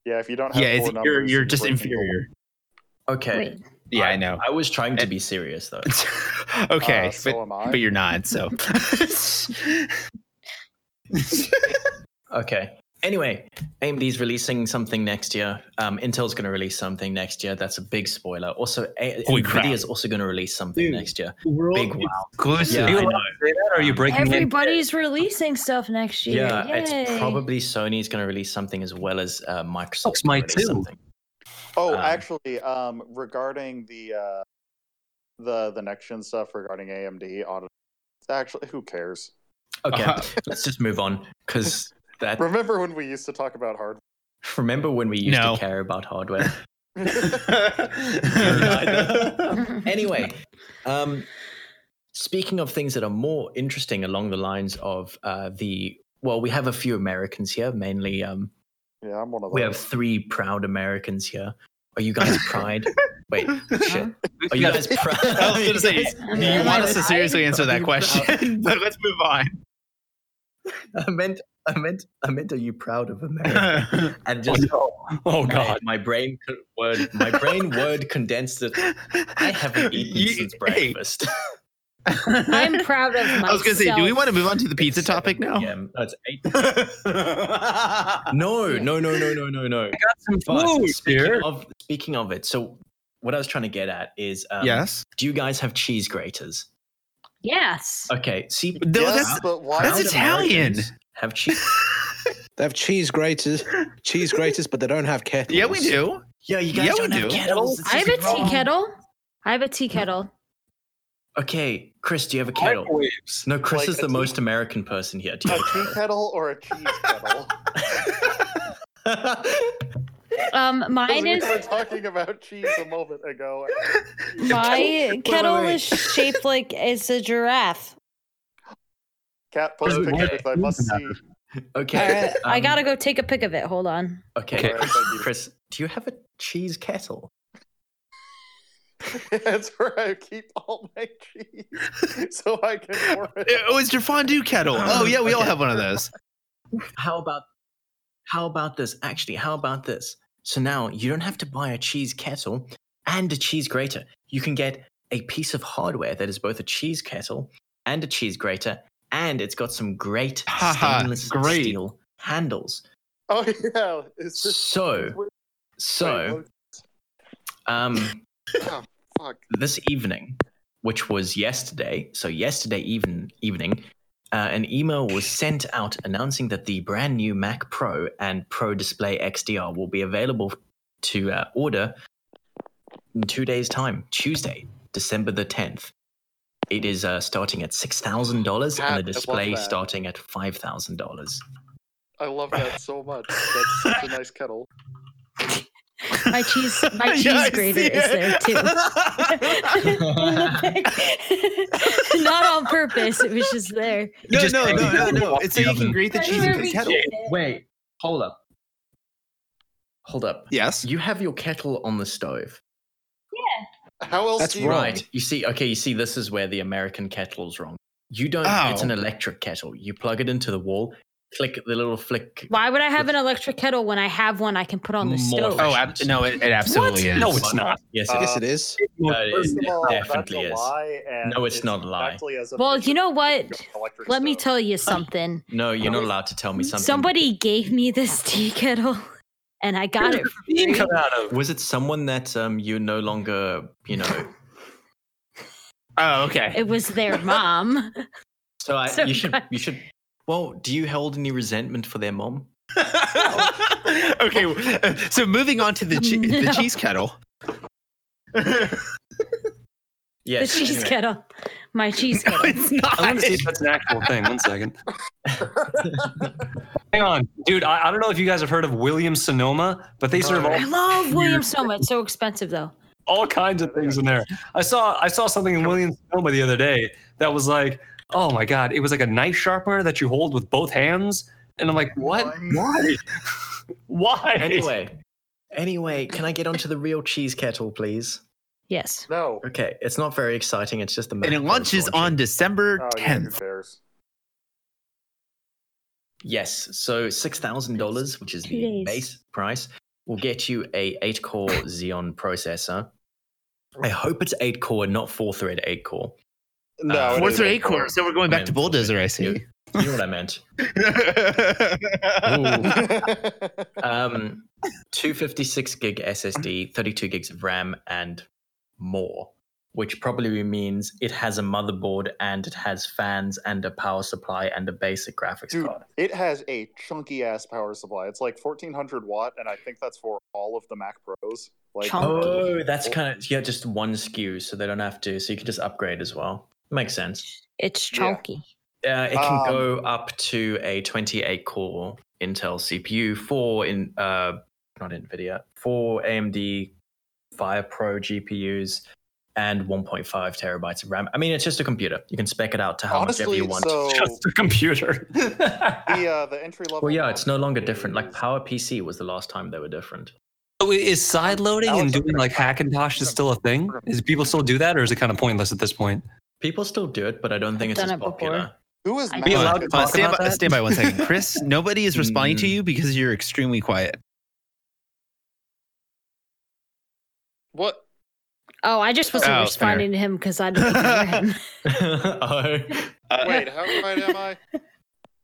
Yeah, if you don't have Yeah, it's, four you're numbers, you're then just breaking the- inferior. Okay. Wait, Yeah, I *laughs* know. I was trying to be serious *laughs* though. okay, Uh, so am I. but, but you're *laughs* not. So *laughs* Okay. Anyway, AMD's releasing something next year. Um, Intel's going to release something next year. That's a big spoiler. Also, a- Holy crap. Nvidia's also going to release something Dude. next year. World Big wow. Are Yeah, you I allowed to say that, or are you breaking *laughs* in? Everybody's releasing stuff next year. Yeah, it's Yay. *laughs* probably Sony's going to release something as well as uh, Microsoft's Fox gonna might release too. something. Oh, uh, Um, actually, um, regarding the uh, the the next gen stuff regarding AMD on actually, who cares? Okay, Uh-huh. *laughs* let's just move on because that. Remember when we used to talk about hard? Remember when we used No. to care about hardware? It's anyway, um, speaking of things that are more interesting along the lines of uh, the well, we have a few Americans here, mainly. Um, Yeah, I'm one of those. we have three proud Americans here. Are you guys pride? Wait, *laughs* shit. Are you Yeah. guys proud? I was gonna say, do you want us to seriously answer Are that you question? *laughs* but let's move on. *laughs* I meant, I meant, I meant. Are you proud of *laughs* America? And Oh, just no. *laughs* oh my, god. my brain co- word, my brain word condensed it. I haven't eaten You- since hey. breakfast. I'm proud of myself. *laughs* I was gonna say, do we want to move on to the pizza topic now? Ah, Yeah, no, it's eight. No, no, no, no, no, no, no. Some But food speaking here. of speaking of it, so what I was trying to get at is, um, *laughs* yes. do you guys have cheese graters? Yes. Okay, see, No, yes, that's- but why? that's proud Italian. Americans Have cheese? They have cheese graters, cheese graters, but they don't have kettles. Yeah, we do. Yeah, you Yeah, guys we don't have do. kettles. This I have is a tea wrong. kettle. I have a tea kettle. Okay, Chris, do you have a kettle? Microwaves. No, Chris Like is a the tea- most American person here. Do you a *laughs* *laughs* have a tea kettle or a cheese kettle? kettle? Um, mine we is were talking about cheese a moment ago. My kettle wait. is shaped like it's a giraffe. Cat post Okay. pictures. I must see. *laughs* okay, I um, gotta go take a pic of it. Hold *laughs* on. Okay, Okay. Chris, Chris, do you have a cheese kettle? *laughs* That's where I keep all my cheese, *laughs* so I can pour *laughs* it. Oh, it's your fondue kettle. Oh yeah, we all Okay. have one of those. how about how about this actually how about this so now you don't have to buy a cheese kettle and a cheese grater you can get a piece of hardware that is both a cheese kettle and a cheese grater and it's got some great Haha, stainless great. steel handles Oh yeah, it's just so Wait, so look- um fuck. this evening, which was yesterday, so yesterday even evening, uh, an email was sent out announcing that the brand new Mac Pro and Pro Display XDR will be available to uh, order in two days' time, Tuesday, December the tenth. It is uh, starting at six thousand dollars, Pat, I and the love display that. starting at five thousand dollars. I love that so much. *laughs* That's such a nice kettle. my *laughs* cheese. My cheese Yeah, I grater see is there it. *laughs* too. Not on purpose. It was just there. no, Just no, hang no, it no, up no. off It's so the you can oven. grate the cheese in the kettle. Wait, hold up, hold up. Yes. You have your kettle on the stove. How else That's do you wrong. Right. You see, okay, you see, this is where the American kettle's wrong. You don't, it's Oh. an electric kettle. You plug it into the wall, click the little flick. Why would I have an electric kettle when I have one I can put on the More stove? efficient. Oh, ab- no, it, it absolutely is. No, it's not. Yes, Uh, it is. Yes, it is. No, it is. First of all, definitely that's a is. lie, and No, it's not a lie. actually as Well, efficient you know what? as an electric Let me stove. tell you something. No, you're not allowed to tell me something. Somebody gave me this tea kettle, and I got it. for You free. come out of. Was it someone that um, you no longer, you know? *laughs* Oh, okay. *laughs* It was their mom. So I, So you should, guys- you should. Well, do you hold any resentment for their mom? okay. uh, So moving on to the che- the No. cheese kettle. *laughs* The Yes. cheese *laughs* anyway. kettle. My cheese No, kettle. it's not. I want to see if that's an actual thing. One second. *laughs* Hang on, dude. I, I don't know if you guys have heard of Williams Sonoma, but they serve all, I love Williams so much. So expensive though. all kinds of things in there. I saw I saw something in Williams Sonoma the other day that was like, oh my god, it was like a knife sharpener that you hold with both hands, and I'm like, what? Why? Why? Anyway, anyway, can I get onto the real cheese kettle, please? Yes. no. Okay, it's not very exciting. It's just the. And it launches on December Oh, yeah, who 10th. cares? Yes, so six thousand dollars, which is Two the days. base price, will get you a eight-core Xeon processor, I hope it's eight core, not four thread eight core. No, Uh, it Four is through a *laughs* eight core. So we're going back to bulldozer. I see. You know what I *laughs* meant. Um, 256 gig SSD, 32 gigs of RAM, and more, which probably means it has a motherboard and it has fans and a power supply and a basic graphics Dude, card. it has a chunky ass power supply. It's like 1400 watt, and I think that's for all of the Mac Pros. Like, Chunk. Oh, that's kind of yeah, just one SKU, so they don't have to. So you can just upgrade as well. Makes sense. It's Yeah. chunky. Uh, it can Um, go up to a 28 core Intel CPU, four in uh, not Nvidia, four AMD Fire Pro GPUs, and 1.5 terabytes of RAM. I mean, it's just a computer. You can spec it out to how much honestly, ever you want. *laughs* so Just a computer. *laughs* the uh, the entry level. well, yeah, it's no longer different. Like PowerPC was the last time they were different. So i- is side loading Alex, and I'm doing gonna- like Hackintosh is still a thing? Is people still do that, or is it kind of pointless at this point? People still do it, but I don't think I've it's done as it before. popular. Who is Be Mac? allowed to Hold on, talk stand, about by, that? stand by one second, Chris. Nobody is responding to you because you're extremely quiet. What? Oh, I just wasn't Oh, fair. responding to him because I didn't hear him. *laughs* oh, Wait, how right am I?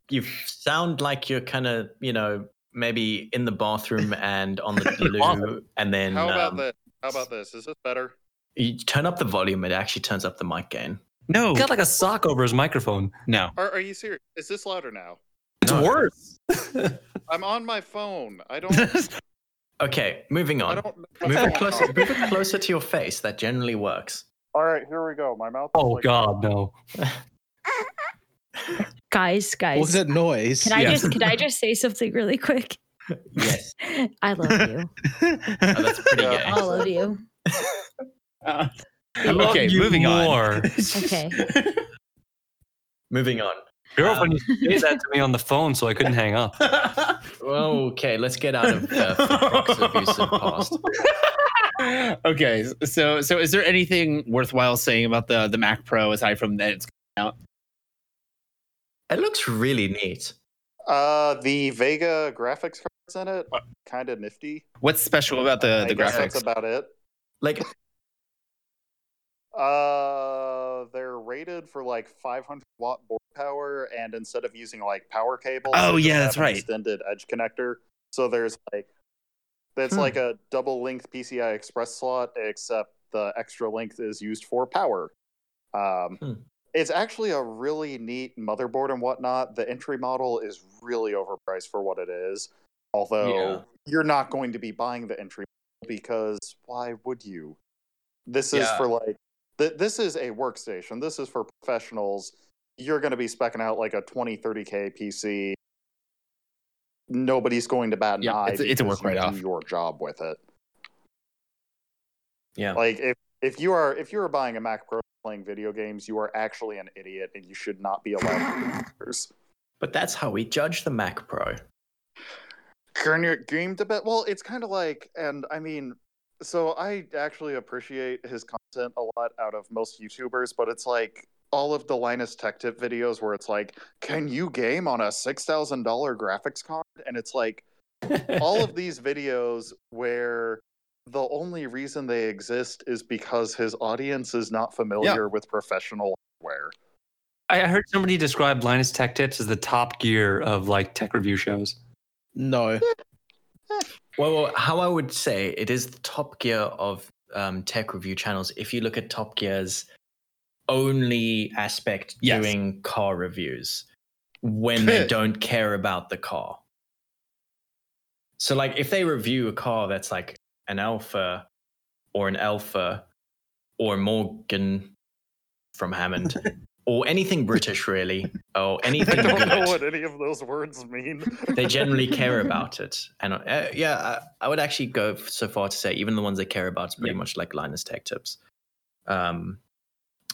you sound like you're kind of, you know, maybe in the bathroom and *laughs* on the loo, Awesome. and then How about um, this? How about this? Is this better? you turn up the volume. It actually turns up the mic gain. No, He's got like a sock over his microphone. *laughs* no. Are, are you serious? Is this louder now? It's No. worse. I'm on my phone. I don't. Okay, moving I on. don't. Move *laughs* it closer. Move it closer to your face. That generally works. All right, here we go. My mouth. is *laughs* Oh like- God, no. guys, What guys. was that noise? Can I Yeah. just can I just say something really quick? Yes, I love you. oh, that's pretty gay. Yeah. All of you. I love Okay, you moving *laughs* on. *laughs* more. Okay. Moving on. Girlfriend used to say that to me on the phone, so I couldn't hang up. Okay, let's get out of *laughs* uh, Fox abusive past. okay, so so is there anything worthwhile saying about the the Mac Pro aside from that it's It looks really neat. Uh, the Vega graphics cards in it, kind of nifty. what's special about Uh, the I the guess graphics? That's about it. Like Uh, they're rated for like 500 watt board power, and instead of using like power cables, Oh, they just yeah, have that's an right. Extended edge connector. So there's like Hmm. that's like a double length PCI Express slot, except the extra length is used for power. Um, Hmm. it's actually a really neat motherboard and whatnot. The entry model is really overpriced for what it is. Although Yeah. you're not going to be buying the entry model because why would you? This is Yeah. for like th- this is a workstation. This is for professionals. You're going to be specking out like a 20 30k PC. Nobody's going to bat an Yeah, eye. it's a- it's a because work you write-off. do Your job with it. Yeah. Like if if you are if you are buying a Mac Pro playing video games, you are actually an idiot and you should not be allowed. to But that's how we judge the Mac Pro. Turn your game to bed. Well, it's kind of like, and I mean, so I actually appreciate his content a lot out of most YouTubers, but it's like all of the Linus Tech Tip videos where it's like, can you game on a six thousand dollar graphics card? And it's like all *laughs* of these videos where the only reason they exist is because his audience is not familiar with professional hardware. I I heard somebody describe Linus Tech Tips as the top gear of like tech review shows. No. Well, well, how I would say it is the Top Gear of um, tech review channels. If you look at Top Gear's only aspect Yes. doing car reviews when they don't care about the car. So, like, if they review a car that's like an Alpha or an Alpha or Morgan from *laughs* Hammond or anything British, really, or I anything don't *laughs* know good, what any of those words mean. they generally care about it. And uh, yeah, I, I would actually go f- so far to say even the ones they care about is pretty much like Linus Tech Tips. Um,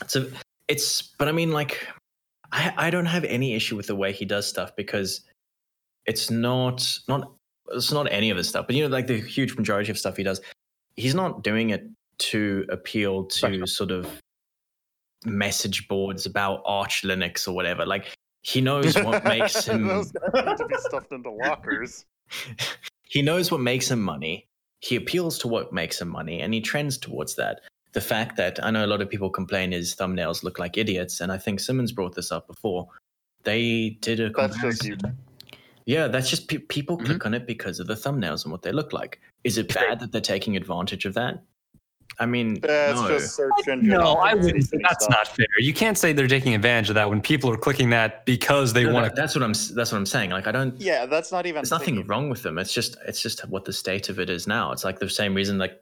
so it's, but I mean, like, I, I don't have any issue with the way he does stuff because it's not not it's not any of his stuff. But you know, like the huge majority of stuff he does, he's not doing it to appeal to sort of message boards about Arch Linux or whatever. Like he knows what makes him *laughs* Those guys need to be stuffed into lockers. he knows what makes him money. He appeals to what makes him money and he trends towards that. the fact that I know a lot of people complain is thumbnails look like idiots, and I think Simmons brought this up before. They did a That's just comparison. yeah, that's just pe- people click on it because of the thumbnails and what they look like. Is it bad that they're taking advantage of that? I mean, That's no. just search engine. No, I wouldn't. optimization That's stuff. not fair. You can't say they're taking advantage of that when people are clicking that because they No, want that- that's what I'm. s- That's what I'm saying. Like, I don't. Yeah, that's not even. There's nothing thinking. wrong with them. It's just. It's just what the state of it is now. It's like the same reason. Like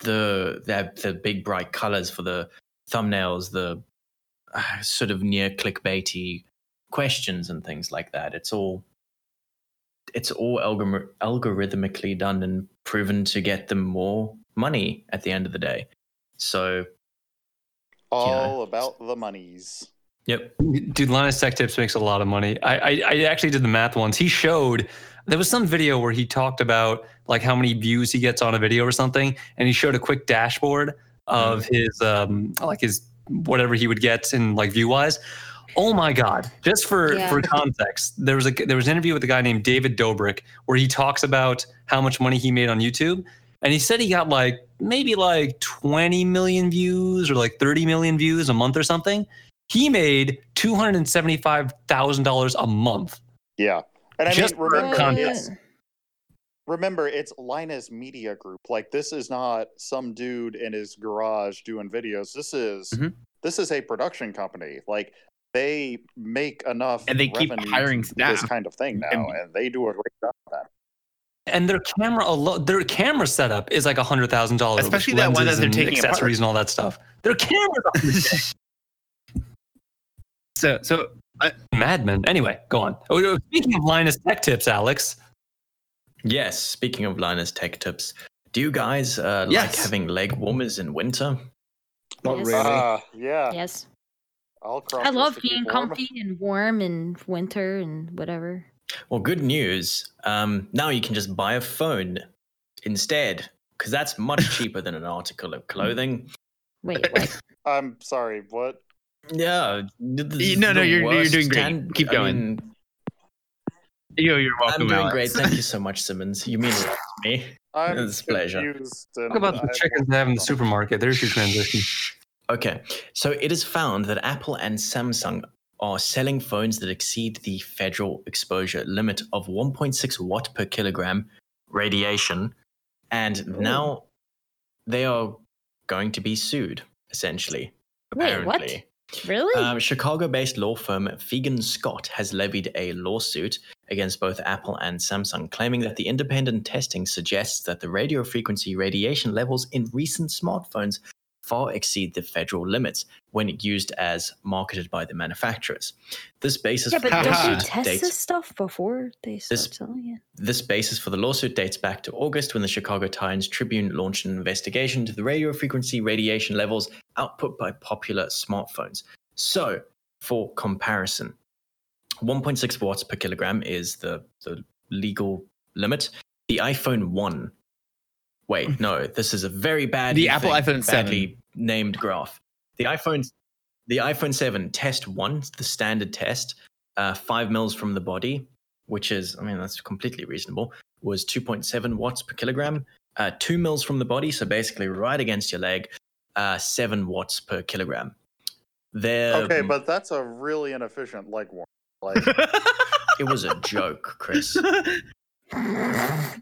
the the the big bright colors for the thumbnails, the uh, sort of near clickbaity questions and things like that. It's all. It's all algorithmi- algorithmically done and proven to get them more money at the end of the day. So, All about the monies. yep. to. Dude, Linus Tech Tips makes a lot of money. I, I, I actually did the math once. He showed there was some video where he talked about like how many views he gets on a video or something, and he showed a quick dashboard of his um like his whatever he would get in like view wise. Oh my God! Just for Yeah. for context, there was a there was an interview with a guy named David Dobrik where he talks about how much money he made on YouTube, and he said he got like maybe like 20 million views or like 30 million views a month or something. He made two hundred and seventy five thousand dollars a month. Yeah, and I Just mean, remember, context. it's- remember, it's Linus Media Group. Like, this is not some dude in his garage doing videos. This is Mhm. this is a production company. Like, they make enough, And they keep revenue hiring to do this staff. kind of thing now, And- and, they do a great job. At that. and their camera alo- their camera setup is like a hundred thousand dollars Especially that one that they're taking apart. accessories and all that stuff their camera's a hundred K. So so *laughs* madman anyway go on Oh, no, speaking of linus tech tips alex Yes. Speaking of Linus Tech Tips, do you guys uh, like Yes. having leg warmers in winter? Not Yes. really. Uh, Ah, yeah, Yes. I'll cross I this love to being warm. comfy and warm in winter and whatever. Well, good news. Um, now you can just buy a phone instead, because that's *laughs* much cheaper than an article of clothing. Wait, what? I'm sorry. What? Yeah. Y- no, no, you're- you're doing great. Keep going. you you're I welcome, am doing Alex. *laughs* great. Thank you so much, Simmons. You mean a lot to me. I'm It's a pleasure. confused and talk about the I- chickens they have in the supermarket there's your transition Okay. So it is found that Apple and Samsung are selling phones that exceed the federal exposure limit of 1.6 watt per kilogram radiation. And Oh. now they are going to be sued, essentially. Wait, what? Apparently. Really? Um, Chicago based law firm Fegan Scott has levied a lawsuit against both Apple and Samsung, claiming that the independent testing suggests that the radio frequency radiation levels in recent smartphones far exceed the federal limits when used as marketed by the manufacturers. This basis yeah, for but the did they lawsuit test dates- this stuff before they This- started selling it? this basis for the lawsuit dates back to August when the Chicago Times Tribune launched an investigation to the radio frequency radiation levels output by popular smartphones. So, for comparison, 1.6 watts per kilogram is the, the legal limit. The iPhone 1. Wait, no, this is a very bad The Apple iPhone 7. badly named graph. The iPhone the iPhone 7 test 1, the standard test, uh, 5 mils from the body, which is, I mean, that's completely reasonable, was 2.7 watts per kilogram, uh, two mils from the body, so basically right against your leg, uh, seven watts per kilogram. There, Okay, Um, but that's a really inefficient leg warm. Like, it was a joke, Chris.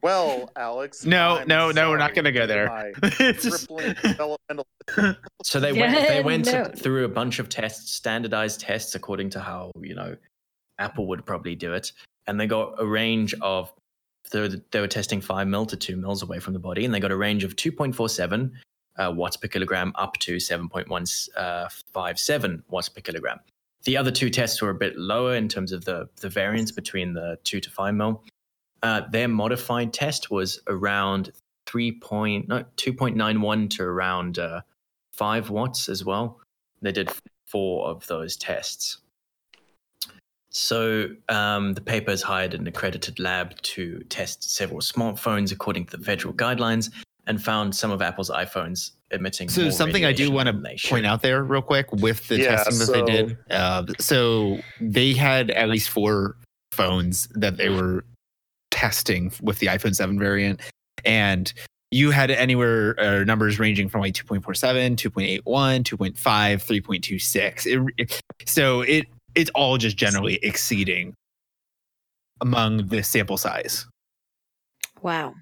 well, Alex. *laughs* No, I'm no, no, we're not sorry gonna go for there. my *laughs* It's just- crippling *laughs* developmental- So *laughs* they *laughs* went, they Yeah, went no. through a bunch of tests, standardized tests, according to how you know Apple would probably do it, and they got a range of. They were, they were testing five mil to two mils away from the body, and they got a range of 2.47 uh, watts per kilogram up to 7.157 uh, watts per kilogram. The other two tests were a bit lower in terms of the the variance between the two to five mil. Uh, their modified test was around three point no two point nine one to around uh, five watts as well. They did four of those tests. So um, the paper has hired an accredited lab to test several smartphones according to the federal guidelines and found some of Apple's iPhones emitting. So more something I do radiation want than they to should. point out there real quick with the Yeah, testing that so- they did. Uh, so they had at least four phones that they were testing with the iPhone 7 variant, and you had anywhere uh, numbers ranging from like 2.47 2.81 2.5 3.26 It- it, so it it's all just generally exceeding among the sample size Wow.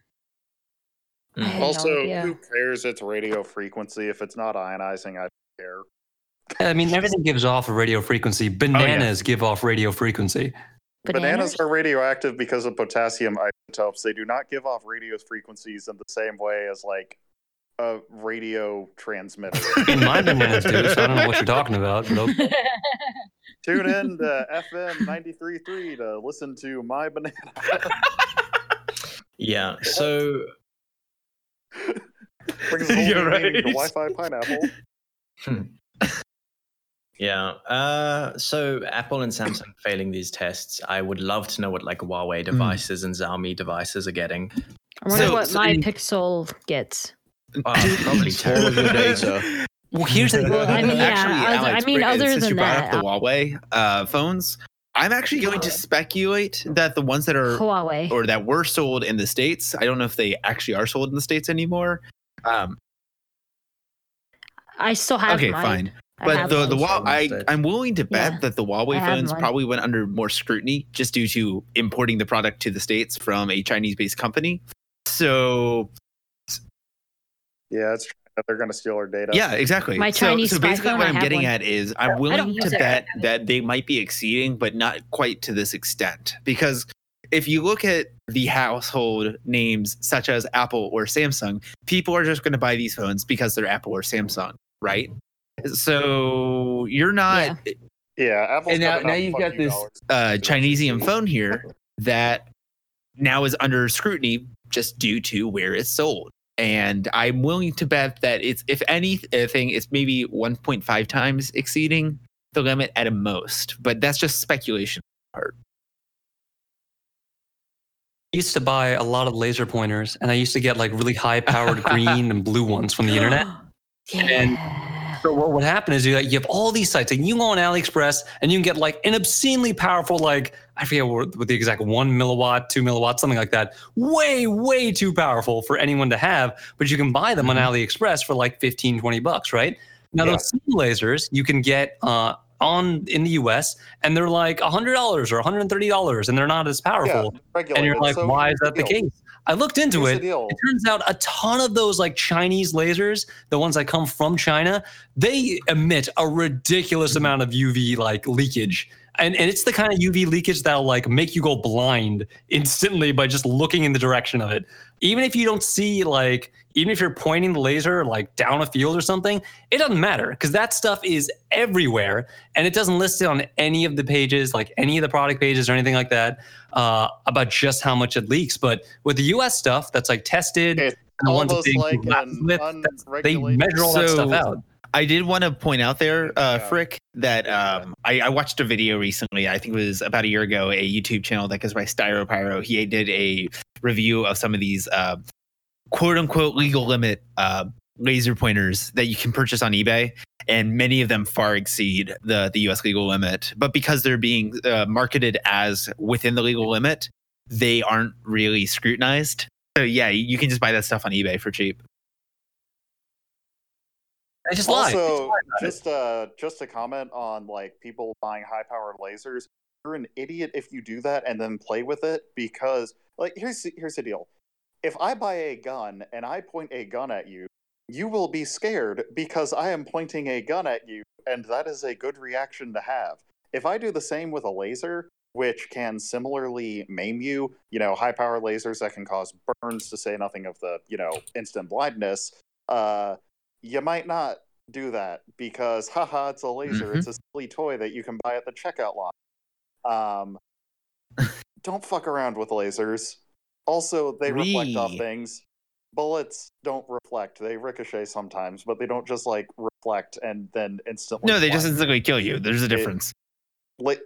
I Mm. had no Also, idea. who cares its radio frequency if it's not ionizing? I don't care. I mean, everything gives off a radio frequency. Oh, Bananas give off radio frequency. Bananas *laughs* are radioactive because of potassium isotopes. They do not give off radio frequencies in the same way as like a radio transmitter. And my bananas do, so I don't know what you're talking about. Nope. *laughs* Tune in to FM 93.3 to listen to my banana. Yeah. So *laughs* Brings the whole You're new meaning to right. Wi-Fi pineapple. yeah. Uh, so Apple and Samsung *clears throat* failing these tests. I would love to know what like Huawei Hmm. devices and Xiaomi devices are *clears throat* getting. I wonder So- what so my you- Pixel gets. Oh, probably All terrible. of your data. *laughs* *laughs* Well, here's the Well, I mean, yeah, other- I mean, Britton, other since you than brought that, up the Huawei uh, phones, I'm actually going to speculate that the ones that are Huawei. or that were sold in the states, I don't know if they actually are sold in the states anymore. Um, I still have okay, mine. fine, I but have the one. the Huawei, sold in the I States. I'm willing to bet Yeah. that the Huawei I have phones one. probably went under more scrutiny just due to importing the product to the states from a Chinese-based company. So Yeah, it's they're gonna steal our data. Yeah, exactly. My So- Chinese So, spy basically, phone, what I I'm have getting one. at is I'm willing use to it. bet that they might be exceeding, but not quite to this extent. Because if you look at the household names such as Apple or Samsung, people are just going to buy these phones because they're Apple or Samsung, right? So you're not yeah. Apple's And now- coming now out you've fuck got you this- dollars. uh, Chinesium phone here that now is under scrutiny just due to where it's sold. And I'm willing to bet that it's, if anything, it's maybe 1.5 times exceeding the limit at a most. But that's just speculation. I used to buy a lot of laser pointers, and I used to get like really high *laughs* powered green and blue ones from the *gasps* internet. yeah. *gasps* So what would happen is you like you have all these sites, and you go on AliExpress, and you can get like an obscenely powerful, like I forget what, what the exact one milliwatt, two milliwatt, something like that. Way, way too powerful for anyone to have, but you can buy them on AliExpress for like 15, 20 bucks, right? Now Yeah. those same lasers you can get uh, on in the U.S. and they're like hundred dollars or hundred and thirty dollars, and they're not as powerful. and regulated, you're like, so why is here's that the deal. case? I looked into Here's it. the deal. It turns out a ton of those like Chinese lasers, the ones that come from China, they emit a ridiculous Mm-hmm. amount of UV like leakage. And, and it's the kind of UV leakage that'll like make you go blind instantly by just looking in the direction of it. Even if you don't see like even if you're pointing the laser like down a field or something, it doesn't matter because that stuff is everywhere and it doesn't list it on any of the pages, like any of the product pages or anything like that, uh, about just how much it leaks. But with the US stuff that's like tested Okay, and the All ones that those they like collapse an with, that's- they unregulated. measure all that So- stuff out. I did want to point out there, uh, Yeah. Frick, that um, I, I watched a video recently. I think it was about a year ago. A YouTube channel that goes by Styropyro. He did a review of some of these uh, quote unquote legal limit uh, laser pointers that you can purchase on eBay, and many of them far exceed the the U.S. legal limit. But because they're being uh, marketed as within the legal limit, they aren't really scrutinized. So yeah, you can just buy that stuff on eBay for cheap. I just lied. Also, just uh, just a comment on like people buying high powered lasers. You're an idiot if you do that and then play with it because like here's the- here's the deal. If I buy a gun and I point a gun at you, you will be scared because I am pointing a gun at you, and that is a good reaction to have. If I do the same with a laser, which can similarly maim you, you know, high power lasers that can cause burns to say nothing of the, you know, instant blindness, uh, you might not do that because *laughs* haha it's a laser it's a silly toy that you can buy at the checkout line um don't fuck around with lasers also they reflect off Wee. things bullets don't reflect they ricochet sometimes but they don't just like reflect and then instantly No, they fly. just instantly kill you. There's a difference. Li-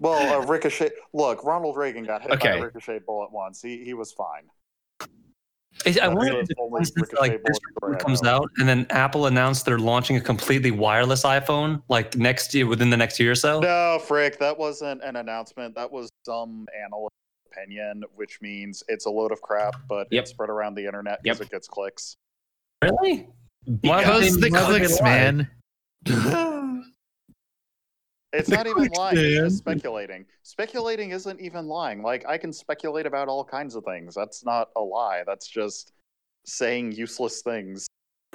well a ricochet look ronald reagan got hit by Okay. a ricochet bullet once he, he was fine It's- I Uh, wonder really if, only for instance, ricochet like this bullets phone right comes now. out and then Apple announced they're launching a completely wireless iPhone like Oh. next year within the next year or so. no frick that wasn't an announcement that was some analyst opinion, which means it's a load of crap, but Yep. it's spread around the internet because Yep. it gets clicks. Really? Why would Because they- the why would they clicks, lie? man. *laughs* It's The not even clicks, lying, it's just man. speculating. Speculating isn't even lying. Like I can speculate about all kinds of things. That's not a lie. That's just saying useless things.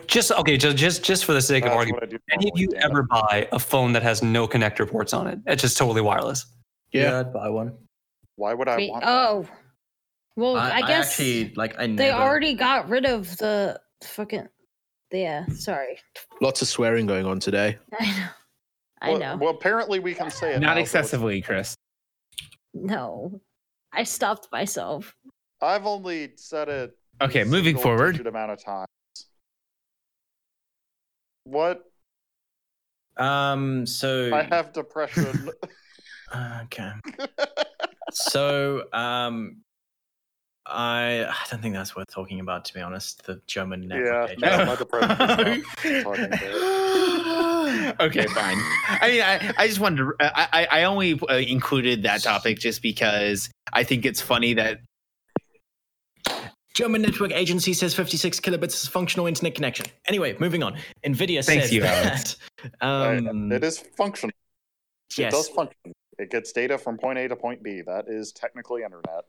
Just okay. Just just just for the sake of That's argument, what I do any of normally, you damn it. ever buy a phone that has no connector ports on it? It's just totally wireless. Yeah. I'd buy one. Why would I Wait, want that? oh, well, I, guess actually like. they I never, already got rid of the fucking. Yeah, sorry. Lots of swearing going on today. *laughs* I know. I well, know. Well, apparently we can say it. now, Not so it's- excessively, Chris. No. I stopped myself. I've only said it Okay, moving single forward. digit amount of times. What? Um. So I have *laughs* depression. okay. so um, I I don't think that's worth talking about. To be honest, the German network Yeah, agent. no, *laughs* my depression is not talking about it. okay, fine. I mean, I, I just wanted to. I, I I only uh, included that topic just because I think it's funny that *laughs* German network agency says 56 kilobits is functional internet connection. Anyway, moving on. Nvidia Thanks, says you, that. *laughs* Um, it is functional. It does yes, function. It gets data from point A to point B. That is technically internet.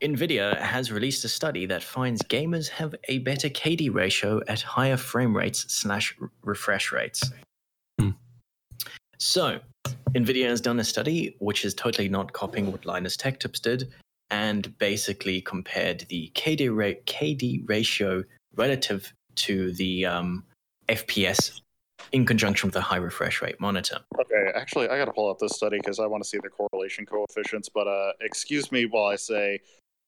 Nvidia has released a study that finds gamers have a better KD ratio at higher frame rates slash r- refresh rates. Hmm. So, Nvidia has done a study which is totally not copying what Linus Tech Tips did, and basically compared the KD rate KD ratio relative to the um, FPS in conjunction with a high refresh rate monitor. Okay, actually, I got to pull up this study because I want to see the correlation coefficients. But uh, excuse me while I say,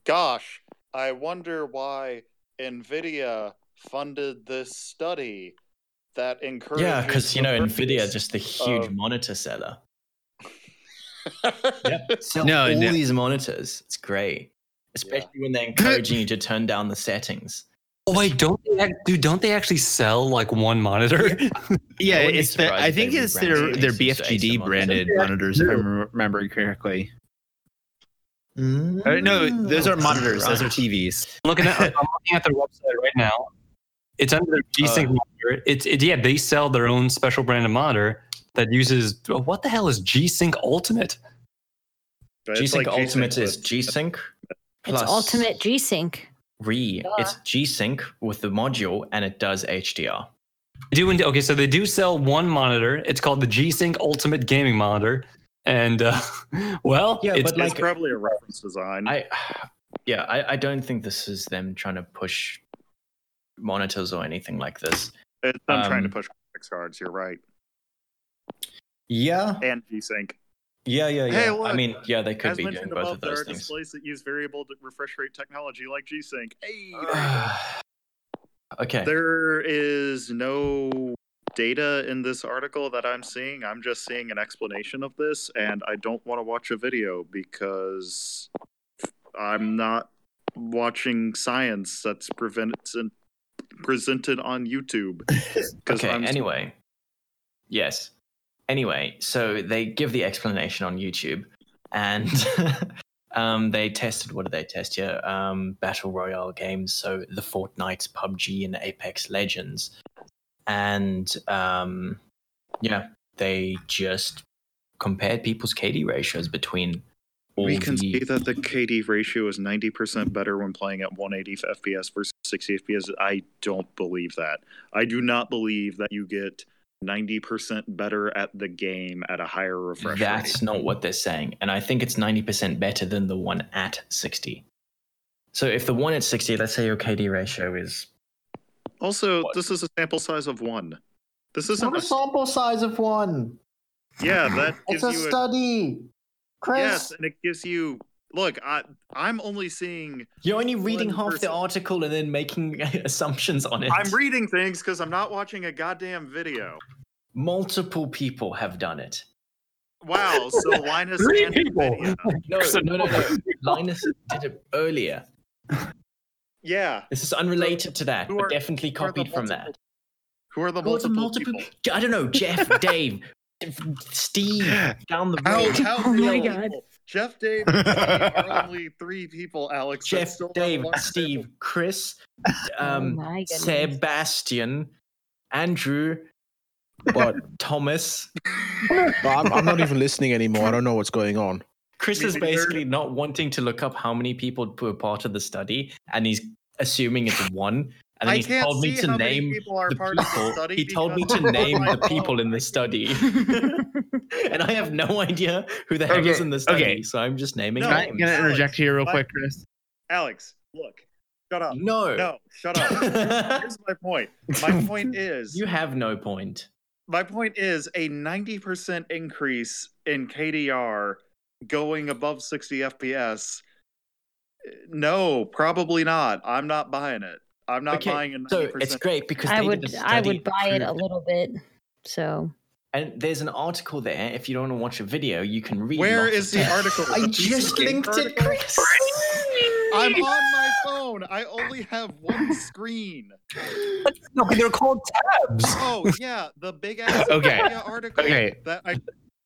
gosh, I wonder why NVIDIA funded this study that encourages. Yeah, because you the know purchase Nvidia *laughs* just the huge of- monitor seller. yeah. Sell No, all no. these monitors. It's great, especially when *laughs* they're encouraging you to turn down the settings. Oh wait, don't they act, dude? Don't they actually sell like one *laughs* monitor? yeah, wouldn't be it's the, surprised I if think they it's their rebranded their these to Acer BFGD monitors. branded Yeah. monitors, if I remember correctly. Mm-hmm. Or no, those are monitors. Those are TVs. I'm looking at I'm looking at their website right now. It's under Uh. their G-Sync monitor. It's it, yeah, they sell their own special brand of monitor that uses oh, what the hell is G-Sync Ultimate? G Sync Ultimate is G Sync It's plus ultimate G Sync. Re. It's G Sync with the module, and it does HDR. They Do ind- okay, so they do sell one monitor. It's called the G-Sync Ultimate Gaming Monitor, and uh, *laughs* well, Yeah, it's, but like- It's probably a reference design. I, yeah, I, I don't think this is them trying to push monitors or anything like this. It's, I'm trying to Um, push graphics cards. You're right. Yeah, And G-Sync. yeah, yeah, yeah. Hey, look, I mean, yeah, they could As be doing mentioned both above, of there those are things. displays that use variable d- refresh rate technology like G-Sync. Hey, there you go. *sighs* okay. there is no data in this article that I'm seeing. I'm just seeing an explanation of this, and I don't want to watch a video because I'm not watching science that's prevented presented *laughs* on YouTube. 'Cause Okay. I'm- anyway, yes. Anyway, so they give the explanation on YouTube, and *laughs* um, they tested. What did they test here? Um, battle royale games, so the Fortnite, PUBG, and Apex Legends, and um, yeah, they just compared people's KD ratios between. All we can the- see that the KD ratio is 90% better when playing at 180 FPS versus 60 FPS. I don't believe that. I do not believe that you get 90% better at the game at a higher refresh That's rate. not what they're saying. And I think it's 90% better than the one at 60. So if the one at 60, let's say your KD ratio is. Also, this is a sample size of one. This isn't. A, sample size of one. yeah, that It's gives a you. A, study. Chris, yes, and it gives you. Look, I, I'm only seeing. You're only reading half the 1%. article and then making *laughs* assumptions on it. I'm reading things because I'm not watching a goddamn video. Multiple people have done it. Wow, so Linus Three and people. NVIDIA. No, no, no, *laughs* no. Linus did it earlier. Yeah. This is unrelated to that, Who but are- definitely who are the copied from that. Who are the Who are the multiple, multiple- people? I *laughs* don't know. Jeff, Dave, Steve, down the How, road. how Oh my real God. people Jeff, Dave, and Steve *laughs* are only three people, Alex. that Jeff, still have Dave, one Steve, Chris, oh um, my goodness. *laughs* Sebastian, Andrew, *laughs* what, Thomas. But I'm, I'm not even listening anymore. I don't know what's going on. Chris We is heard- basically not wanting to look up how many people were part of the study, and he's assuming it's one. And then I he's can't told me see to how many name people are the part of the people. study He told me because- to name Oh the my people in the *laughs* study, and I have no idea who the heck is Okay, in the study. okay. So I'm just naming No, Can I, names. can I interject here real What? quick, Chris? Alex, look, shut up. No, No, shut up. *laughs* Here's my point. My point is you have no point. my point is a 90% increase in KDR going above 60 FPS. No, probably not. I'm not buying it. I'm not Okay, buying a 90%. So it's great because I they did would a I study would buy it a proved- little bit. So And there's an article there. If you don't want to watch a video, you can read. Where lots of is the text. article? I Did you just skip linked it, article? Chris. I'm on my phone. I only have one screen. No, but they're called tabs. Oh yeah, the big ass *laughs* Okay. Wikipedia article Okay. that I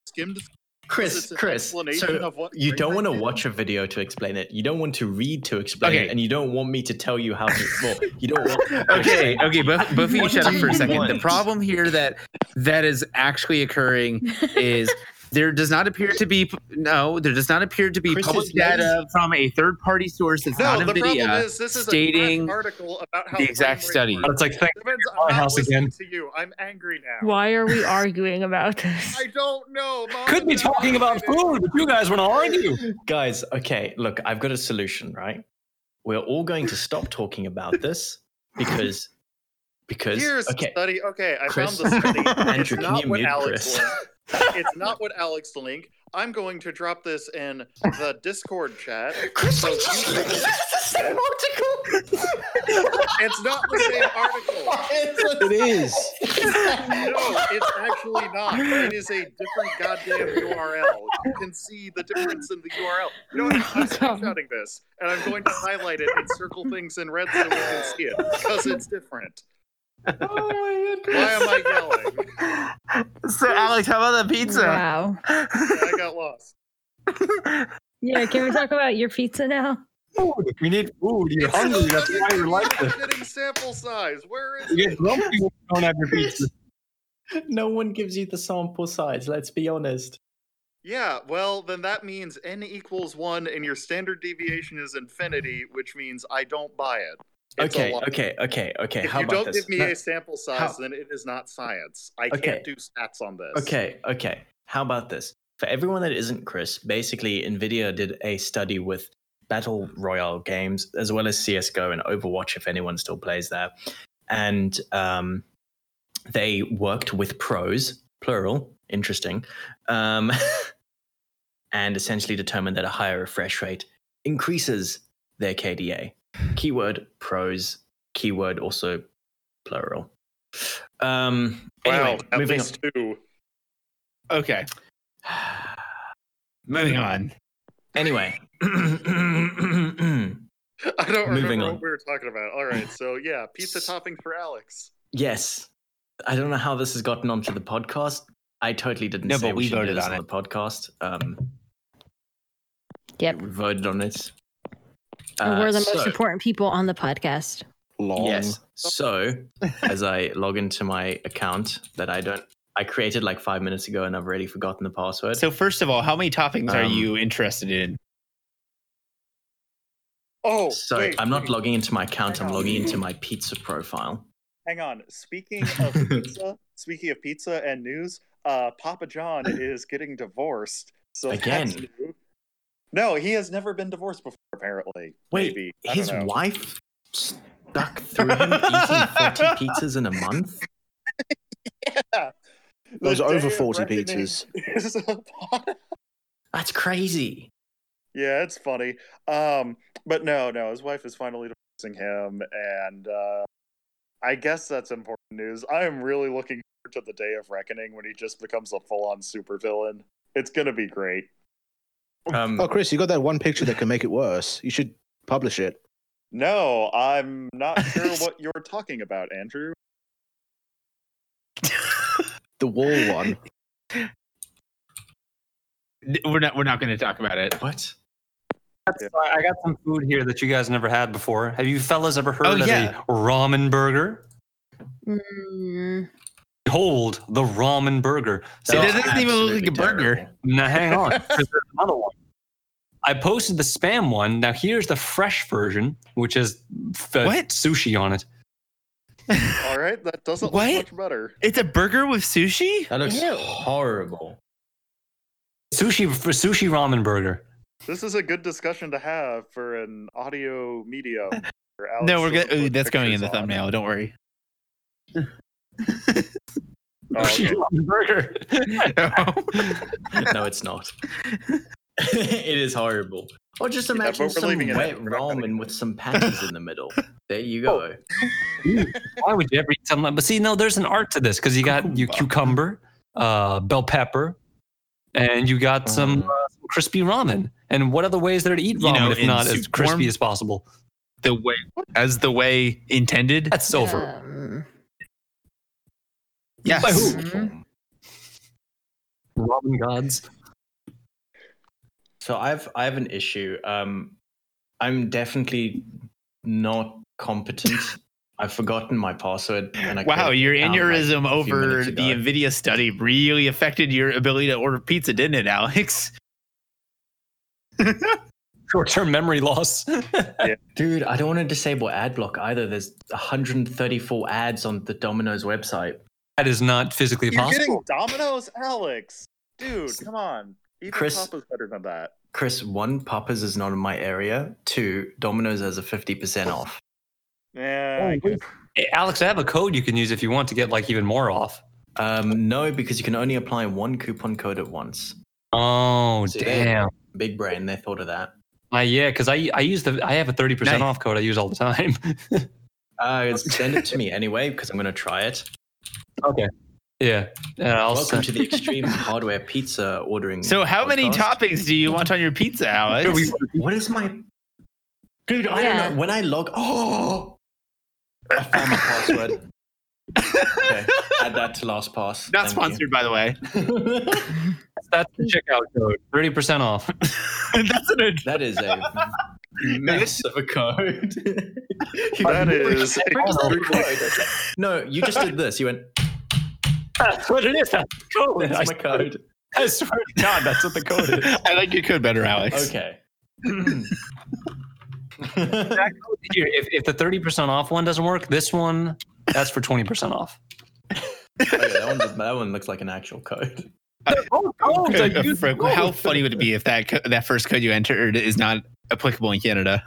skimmed. Chris, It's an Chris. explanation So of what you brain don't I want to did. watch a video to explain it. You don't want to read to explain Okay. it, and you don't want me to tell *laughs* you how to. Well, you don't want. Okay, okay, both, both of you What shut up do for a you second. The want? problem here that that is actually occurring is there does not appear to be no, there does not appear to be Chris public is data from a third party source that's No, not the NVIDIA. problem is this is a stating crap article about how the frame exact rate study. But works. it's like, thank Evans, My I'm not house listening again. To you, I'm angry *laughs* now. why are we arguing about this? I don't know. Mom could be is not talking about listening. food, but you guys want to argue. Guys, okay, look, I've got a solution, right? We're all going to stop talking about this because because Here's the okay. study. Okay, I Chris, found the study. it's *laughs* Andrew, can not you what mute Alex Chris? *laughs* linked. It's not what Alex linked. I'm going to drop this in the Discord chat. Chris, So I just you- linked this is the same article. It's not the same article. It is. No, it's actually not. It is a different goddamn URL. You can see the difference in the URL. You know what? *laughs* I'm screenshotting this, and I'm going to highlight it and circle things in red so we can see it because it's different. Oh my Why am I yelling? So Alex, how about the pizza? Wow. I got lost. Yeah, can we talk about your pizza now? Food. We need food. You're It's hungry. not That's getting- why you're like not this. Getting sample size. Where is You it? get grumpy when you don't have your pizza. no one gives you the sample size, let's be honest. Yeah, well, then that means n equals one, and your standard deviation is infinity, which means I don't buy it. It's a okay, lie. okay, okay, okay. If How you about don't this? give me No, a sample size, How- then it is not science. I Okay. can't do stats on this. Okay, okay. How about this? For everyone that isn't Chris, basically Nvidia did a study with battle royale games as well as CS:GO and Overwatch if anyone still plays that. And um they worked with pros, plural, interesting. Um *laughs* and essentially determined that a higher refresh rate increases their KDA. Keyword pros, keyword also plural. Um anyway, wow, at moving on. least two. *laughs* Okay. *sighs* *sighs* Moving on. Anyway. I don't Moving remember on. what we were talking about. All right, so yeah, pizza topping for Alex. *clears throat* yes. I don't know how this has gotten onto the podcast. I totally didn't No, say but we, we should do voted this on the podcast. Um, Yep. We voted on it. And we're the most Uh, so- important people on the podcast. Long. Yes. So as I log into my account that I don't, I created like five minutes ago and I've already forgotten the password. So first of all, how many toppings are Um, you interested in? Oh, so wait, I'm not wait. logging into my account. I'm Hang on. logging into my pizza profile. Hang on. *laughs* Speaking of pizza, speaking of pizza and news, uh, Papa John is getting divorced. So Again. that's new. No, he has never been divorced before. Apparently, Wait, Maybe. I don't his know. wife stuck through him eating 40 *laughs* pizzas in a month? Yeah. Those The over day of 40 reckoning pizzas. *laughs* is upon us. That's crazy. yeah, it's funny. Um, but no, no, his wife is finally divorcing him, and uh, I guess that's important news. I am really looking forward to the day of reckoning when he just becomes a full-on supervillain. It's gonna be great. Um, Oh, Chris, you got that one picture that can make it worse. You should publish it. No, I'm not *laughs* sure what you're talking about, Andrew. The wall one. We're not. We're not going to talk about it. What? That's why I got some food here that you guys never had before. Have you fellas ever heard Oh, of yeah. a ramen burger? Mm, Behold, the ramen burger. It So doesn't even look like a burger. now hang *laughs* on. 'cause there's another one. I posted the spam one. Now here's the fresh version, which is f- uh, What? sushi on it. All right, that doesn't What? look much better. It's a burger with sushi. That looks Ew. horrible. Sushi for sushi ramen burger. This is a good discussion to have for an audio *laughs* medium. for Alex No, we're to going. put to That's going in the pictures on. thumbnail. Don't worry. *laughs* Oh, okay. Sushi ramen burger. No, it's *laughs* not. *laughs* it is horrible. Or just Yeah, but imagine we're some leaving it wet out. We're not gonna ramen with some patties in the middle. There you Oh. go. Why would you ever eat something? like But see, no, there's an art to this because you got you cucumber, uh, bell pepper, and you got some uh, crispy ramen. And what other ways there to eat You ramen know, if in not as soup crispy form? as possible? the way as the way intended. That's over. um, Yes. By who? Mm-hmm. mm. Ramen gods. So I've I have an issue. Um, I'm definitely not competent. *laughs* I've forgotten my password. And I Wow, couldn't your found, like, aneurysm a few over minutes the ago. NVIDIA study really affected your ability to order pizza, didn't it, Alex? *laughs* Short-term memory loss. *laughs* Dude, I don't want to disable AdBlock either. There's 134 ads on the Domino's website. that is not physically You're possible. getting Domino's, Alex. Dude, come on. Even Chris- Papa's better than that. Chris, one, Papa's is not in my area. Two, Domino's has a 50% off. Oh, Yeah. I guess. Hey, Alex, I have a code you can use if you want to get like even more off. Um, no, because you can only apply one coupon code at once. Oh See, they- damn! Big brain, they thought of that. Uh, yeah, because I I use the I have a thirty percent Nice. off code I use all the time. *laughs* Uh, send it to me anyway, because I'm going to try it. okay. Yeah. And I'll Welcome send- *laughs* to the Extreme Hardware Pizza ordering. So, how many podcast. toppings do you want on your pizza, Alex? What is my. Dude, I Yeah. don't know. When I log. Oh! I found my password. Okay, add that to last pass. Not sponsored, by the way. That's the checkout code. Thirty percent off. That's an ad- *laughs* That is *laughs* a mess of a code. *laughs* That is no, you just did this. You went, That's what it is. That's the code. that's my *laughs* code. I swear to God, that's what the code is. *laughs* I like your code better, *laughs* Alex. Okay. *laughs* That code here, if, if the thirty percent off one doesn't work, this one that's for twenty percent off. Okay, that, one's, that one looks like an actual code. Uh, *laughs* Frank, how funny would it be if that co- that first code you entered is not applicable in Canada?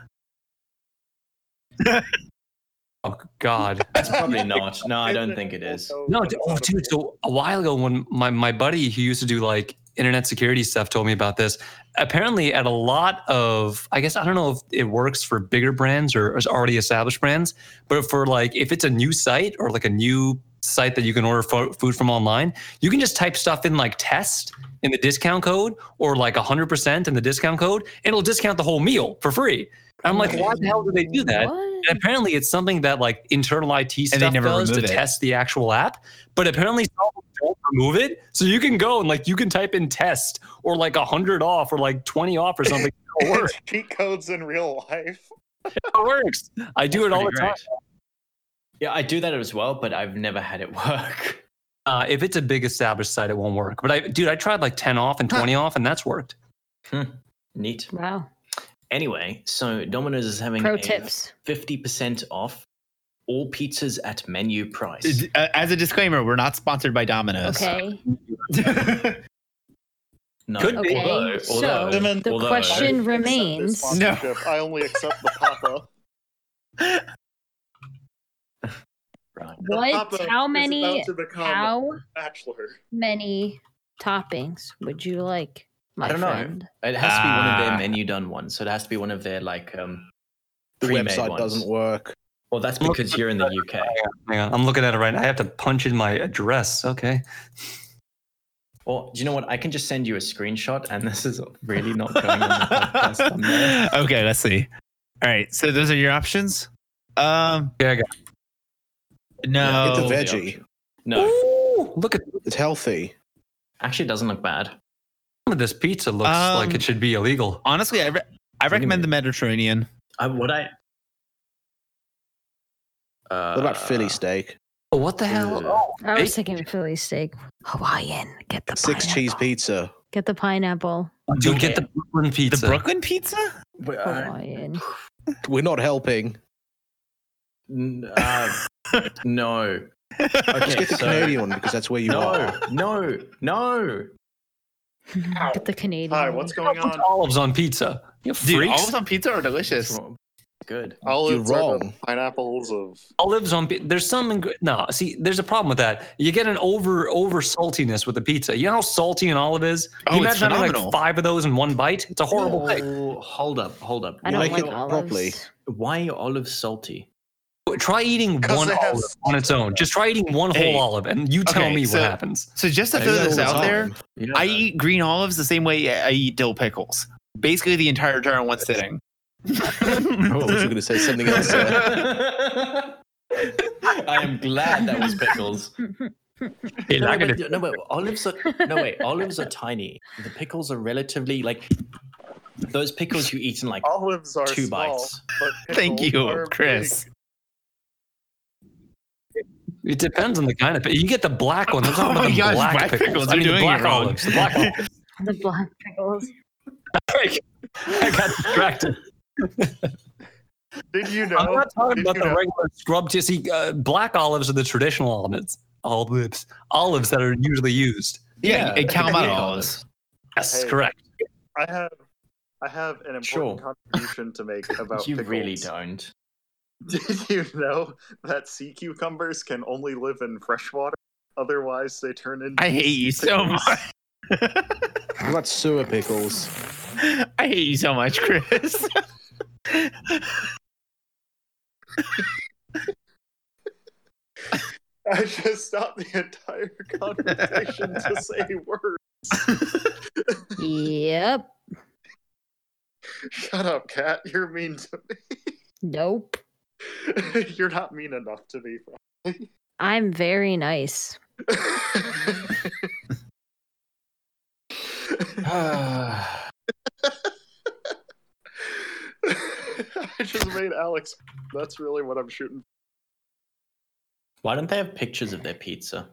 Oh God. It's *laughs* probably not. No, I don't think it is. No, d- oh, dude. So a while ago, when my, my buddy who used to do like internet security stuff told me about this, apparently at a lot of, I guess, I don't know if it works for bigger brands or, or already established brands, but for like, if it's a new site or like a new site that you can order fo- food from online, you can just type stuff in like test in the discount code or like 100% in the discount code, and it'll discount the whole meal for free. I'm like, why the hell do they do that? What? And apparently, it's something that like internal IT stuff never does to remove it. test the actual app. But apparently, some don't remove it, so you can go and like you can type in test or like hundred off or like twenty off or something. It works. cheat codes in real life. It works. I do it all the Pretty time. great. Yeah, I do that as well, but I've never had it *laughs* work. Uh, if it's a big established site, it won't work. But I, dude, I tried like ten off and twenty off, and that's worked. Neat. Wow. Anyway, so Domino's is having Pro a tips. 50% off all pizzas at menu price. Uh, As a disclaimer, we're not sponsored by uh, *laughs* Domino's. Okay. *laughs* No, Could be. Okay. although- so although- the although- question Accept this remains. sponsorship. I only accept the *laughs* Papa. The What? Papa How is many? about to become How a bachelor? many toppings would you like? My I don't know. friend? It has to be one of Ah. their menu done ones. So it has to be one of their like um The pre-made website ones. doesn't work. Well, that's because you're in the *laughs* UK. Hang on, I'm looking at it right now. I have to punch in my address. Okay. Well, do you know what? I can just send you a screenshot, and this is really not going on the podcast. thumbnail. *laughs* okay, let's see. All right, so those are your options. Um, Yeah, I got no, It's a veggie. No, Ooh, look at It's healthy. actually, it doesn't look bad. of this pizza looks Um, like it should be illegal. Honestly, I, re- I Wait a recommend the Mediterranean. I, what I. Uh, What about Philly steak? Oh, what the hell? uh, Oh, I was Hey. thinking Philly steak, Hawaiian. Get the Six cheese pineapple. pizza. Get the pineapple dude, get the Brooklyn pizza. The Brooklyn pizza? Wait, I- Hawaiian. We're not helping. n- uh, no. Okay, Just get the so- Canadian one because that's where you are. No, no, no. Ow. Get the Canadian. Hi, what's going Put on? olives on pizza. You *laughs* Dude, freaks. olives on pizza are delicious. Good. Olives You're are the wrong. pineapples of olives on pi- there's some ing- no see there's a problem with that you get an over over saltiness with the pizza you know how salty an olive is Can you Oh, it's imagine having phenomenal. like five of those in one bite it's a horrible thing Oh, hold up, hold up. I don't Make like it olives. properly. Why olives salty? try eating 'Cause one it has- olive on its own just try eating one Hey. whole olive and you tell Okay, me so- what happens So just to I throw do that this all the out there, Yeah. I eat green olives the same way I eat dill pickles. Basically, the entire jar in one sitting. Oh, I Oh, *laughs* was going to say something else. there. *laughs* I am glad that was pickles. Hey, No, like it- but, no, but olives are no *laughs* wait. Olives are tiny. The pickles are relatively like those pickles you eat in like olives are Two small, bites. but Thank pickles you, are Chris. big. it depends on the kind of pickle. you get the black ones i'm *laughs* Oh talking about my the gosh, black, black pickles, pickles, i you're mean the doing it black wrong. olives the black olives The black *laughs* pickles. i got distracted Did you I'm know? not talking did about you the know- regular scrub tea. See, uh, black olives are the traditional olives, olives, olives that are usually used. yeah, and Kalamata Yeah. olives. Yes, Hey, correct. I have, I have an important Sure. contribution to make about You pickles. really don't. *laughs* Did you know that sea cucumbers can only live in freshwater? Otherwise, they turn into. I hate you so pickles. much. What about sewer pickles? *laughs* I hate you so much, Chris. *laughs* I just stopped the entire conversation to say words. Yep. Shut up, cat. You're mean to Nope. me. *laughs* You're not mean enough to me. bro. *laughs* I'm very nice. *sighs* I just made Alex. That's really what I'm shooting. Why don't they have pictures of their pizza?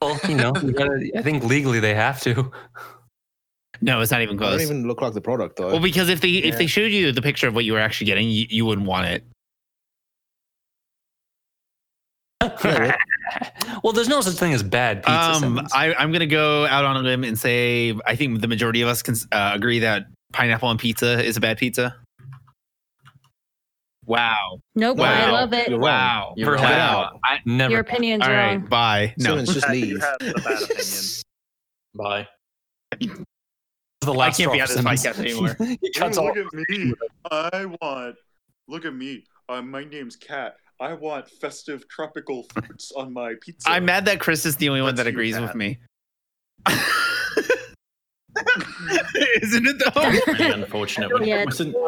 Well, you know, you gotta- I think legally they have to. *laughs* no, it's not even I don't close. even look like the product though. well, because if they if they showed you the picture of what you were actually getting, you, you wouldn't want it. well, there's no such thing as bad pizza. Um, Simmons. I, I'm gonna go out on a limb and say I think the majority of us can uh, agree that pineapple on pizza is a bad pizza. Wow! Nope. I Wow. love it. You're wrong. Wow! You're wow! wrong. I, Never. Your opinion's all wrong. right, bye. No, Simmons, just Pat, *laughs* you leave. had the bad opinion. Bye. the I last can't be on this straw for *laughs* podcast Simmons. anymore. he Ooh, cuts all. look at me. I want. Look at me. Uh, my name's Kat. I want festive tropical fruits on my pizza. I'm mad that Chris is the only one That's that you, agrees Pat. with *laughs* me. *laughs* Isn't it *laughs* though? Pretty unfortunate. Wasn't- Yeah. wasn't *laughs*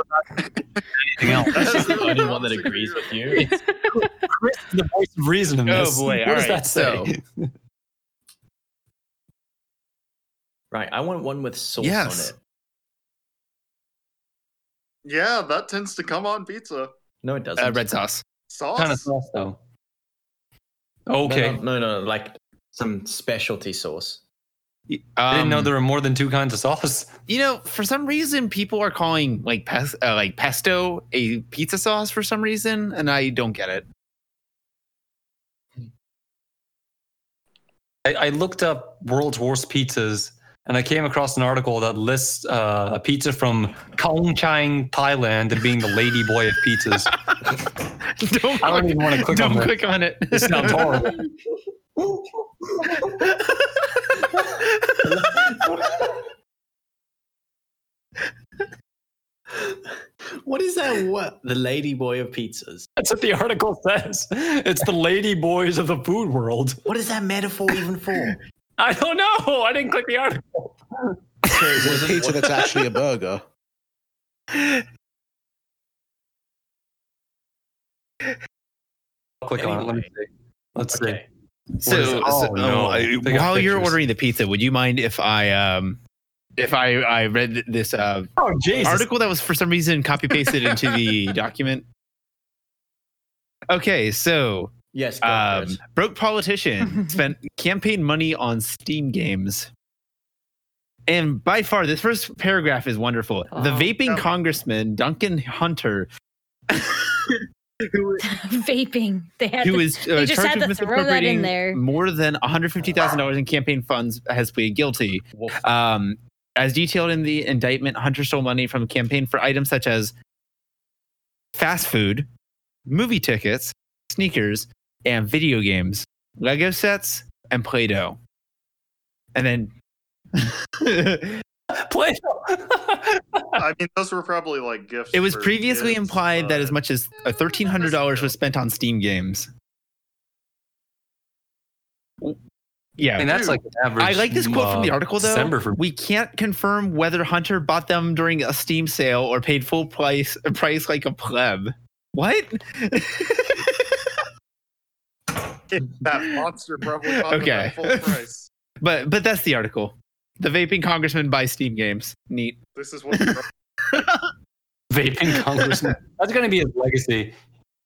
Anything else? Chris the only one that agrees with you? *laughs* Chris is the voice of reason in Oh, this. boy. What All does right, that say? Right. I want one with sauce Yes. on it. Yeah, that tends to come on pizza. No, it doesn't. Uh, red sauce. Sauce. kind of sauce though. um, No, Okay. No, no, no, like some specialty sauce. I didn't know Um, there were more than two kinds of sauce. You know, for some reason, people are calling like pes- uh, like pesto a pizza sauce for some reason, and I don't get it. *laughs* I, I looked up world's worst pizzas and I came across an article that lists uh, a pizza from Khao Chang, Thailand, and being the lady boy of pizzas. don't I don't even want to click don't on that. click on it. It sounds *laughs* horrible. What is *laughs* that? What the lady boy of pizzas? *laughs* That's what the article says. It's the lady boys of the food world. What is that metaphor even for? *laughs* I don't know. I didn't click the article. Is it a pizza that's actually a burger? I'll click on it. Let me see. Let's Okay. So, What is it? so- Oh, no. uh, They got while you're pictures. ordering the pizza, would you mind if I um if I I read this uh, Oh Jesus! article that was for some reason copy pasted into *laughs* the document. Okay, so *laughs* Yes, go for um, it. broke politician spent campaign money on Steam games. And by far, this first paragraph is wonderful. the Oh. vaping Oh. congressman Duncan Hunter, Vaping. They had who to- is uh, they just charged had with to throw that in misappropriating there. more than one hundred fifty thousand dollars in campaign funds, has pleaded guilty. Woof. Um, as detailed in the indictment, Hunter stole money from a campaign for items such as fast food, movie tickets, sneakers, and video games, Lego sets, and Play Doh. And then *laughs* Play. I mean, those were probably like gifts. it was for previously kids, implied that but- as much as $1,300 was spent on Steam games. Yeah. and that's like an average. I like this quote from the uh, article though. December for we can't confirm whether Hunter bought them during a Steam sale or paid full price *laughs* price like a pleb. What? *laughs* that monster probably bought them Okay. at full price. but but that's the article. The vaping congressman buys Steam games. Neat. This is *laughs* what. the- vaping congressman. That's gonna be his legacy.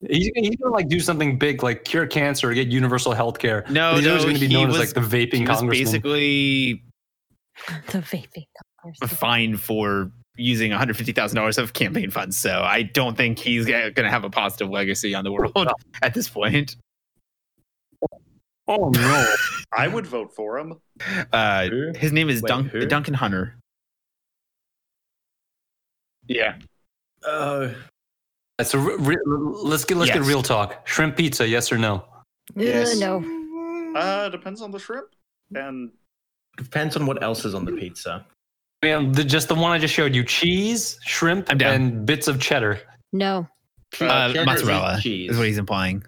He's, he's gonna like do something big, like cure cancer or get universal health care. No, he's no, always gonna be he known was, as like the he vaping was congressman. basically *laughs* the vaping. congressman. fined for using $150,000 of campaign funds. So I don't think he's going to have a positive legacy on the world *laughs* at this point. oh no! I would vote for him. Uh, Who? his name is Wait, Dunk- who? Duncan Hunter. Yeah. Uh, That's a re- re- let's get let's Yes. get real talk. Shrimp pizza, yes or no? Yes. Ugh, no. Uh, depends on the shrimp. And depends on what else is on the pizza. Uh, Man, the, just the one I just showed you: cheese, shrimp, I'm down. and bits of cheddar. No. Uh, cheddar mozzarella and cheese. is what *laughs* he's implying.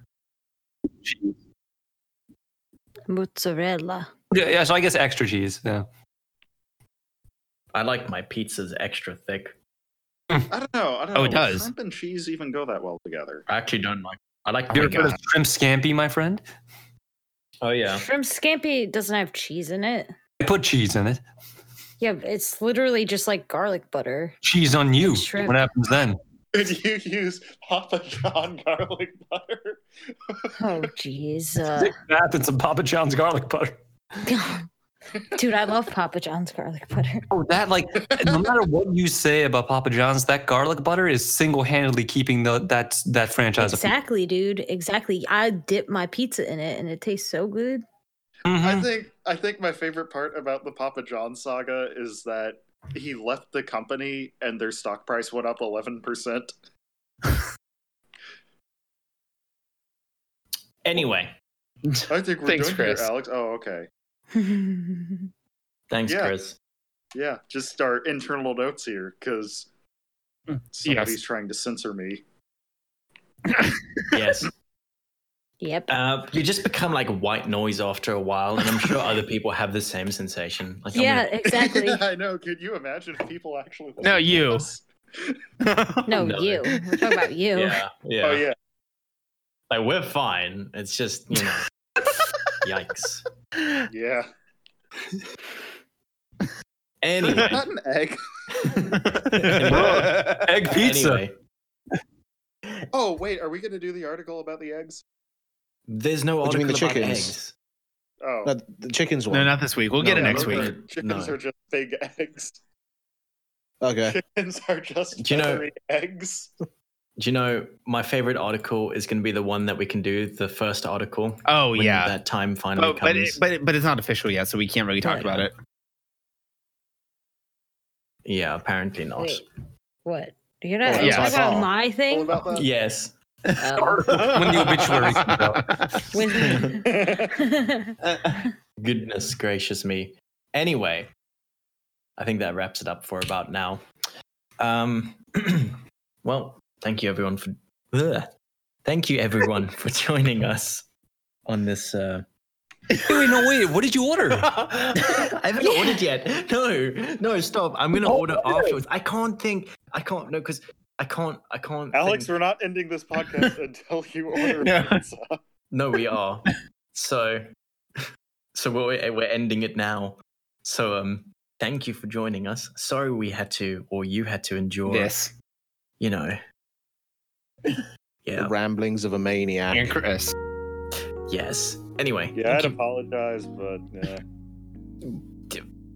Mozzarella. Yeah, yeah, so I guess extra cheese. Yeah. Oh I like my pizzas extra thick. I don't know. I don't Oh, know. it does. Shrimp and cheese even go that well together. *laughs* I actually don't like. I like. Have you my ever heard of shrimp scampi, my friend? oh yeah. Shrimp scampi doesn't have cheese in it. I put cheese in it. Yeah, but it's literally just like garlic butter. Cheese on you. Shrimp. What happens then? Did you use Papa John garlic *laughs* butter? Oh, jeez. Uh, What happens in Papa John's garlic butter? *laughs* dude, I love Papa John's garlic butter. Oh, that like no matter what you say about Papa John's, that garlic butter is single-handedly keeping the that that franchise afloat. Exactly, dude. Exactly. I dip my pizza in it and it tastes so good. *laughs* Mhm. Mm. I think I think my favorite part about the Papa John saga is that he left the company and their stock price went up eleven percent. Anyway, I think we're Thanks, doing Chris. here, Alex. Oh, okay. thanks, Yeah. Chris. Yeah, just our internal notes here because Mm. somebody's trying to censor me. *laughs* Yes. yep. Uh, you just become like white noise after a while, and I'm sure other people have the same sensation. Like, I'm yeah, gonna- exactly. Yeah, *laughs* I know. Could you imagine if people actually? listened No, to you. this? No, *laughs* No. you. We're talking *laughs* about you. yeah, yeah. Oh yeah. Like we're fine. It's just you *laughs* know. yikes. Yeah. *laughs* Anyway. *laughs* Not an egg. Egg pizza. Anyway, Oh wait, are we gonna do the article about the eggs? there's no What do article you mean, the about chickens? eggs. Oh. No, the chickens one. no, not this week. We'll get it No, next no, week. no. Chickens are just big eggs. *laughs* okay. Chickens are just Do you know- feathery eggs. Do you know my favorite article is going to be the one that we can do the first article? Oh when yeah, Oh, that time finally but but, comes. it, but it- but it's not official yet, so we can't really talk Right. about it. *laughs* yeah, apparently not. Wait, what? You're not talking Yeah. Yeah. about my All thing? about that. Yes. Oh. When the obituary comes When- *laughs* Goodness gracious me. Anyway, I think that wraps it up for about now. Um, *clears throat* well, thank you everyone for ugh. thank you everyone for joining us on this. Uh, *laughs* Wait, wait, no, wait. What did you order? I haven't ordered yet. No, no, stop. I'm gonna Oh, order order it. afterwards. I can't think. I can't no because I can't. I can't. Alex, think- we're not ending this *laughs* podcast until you order No. pizza. No, we are. *laughs* so, so we're we're ending it now. So, um, thank you for joining us. Sorry we had to, or you had to endure, *laughs* This you know. The Yeah. ramblings of a maniac. and Chris. Yes. Anyway, Yeah, I'd apologize, but yeah.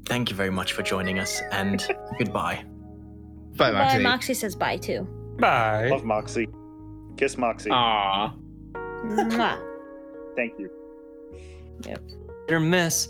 thank you very much for joining us, and goodbye. Bye, Bye, Moxie. Moxie says bye too. Bye. love Moxie. Kiss Moxie. Aw. Mwah. Thank you. Hit or miss.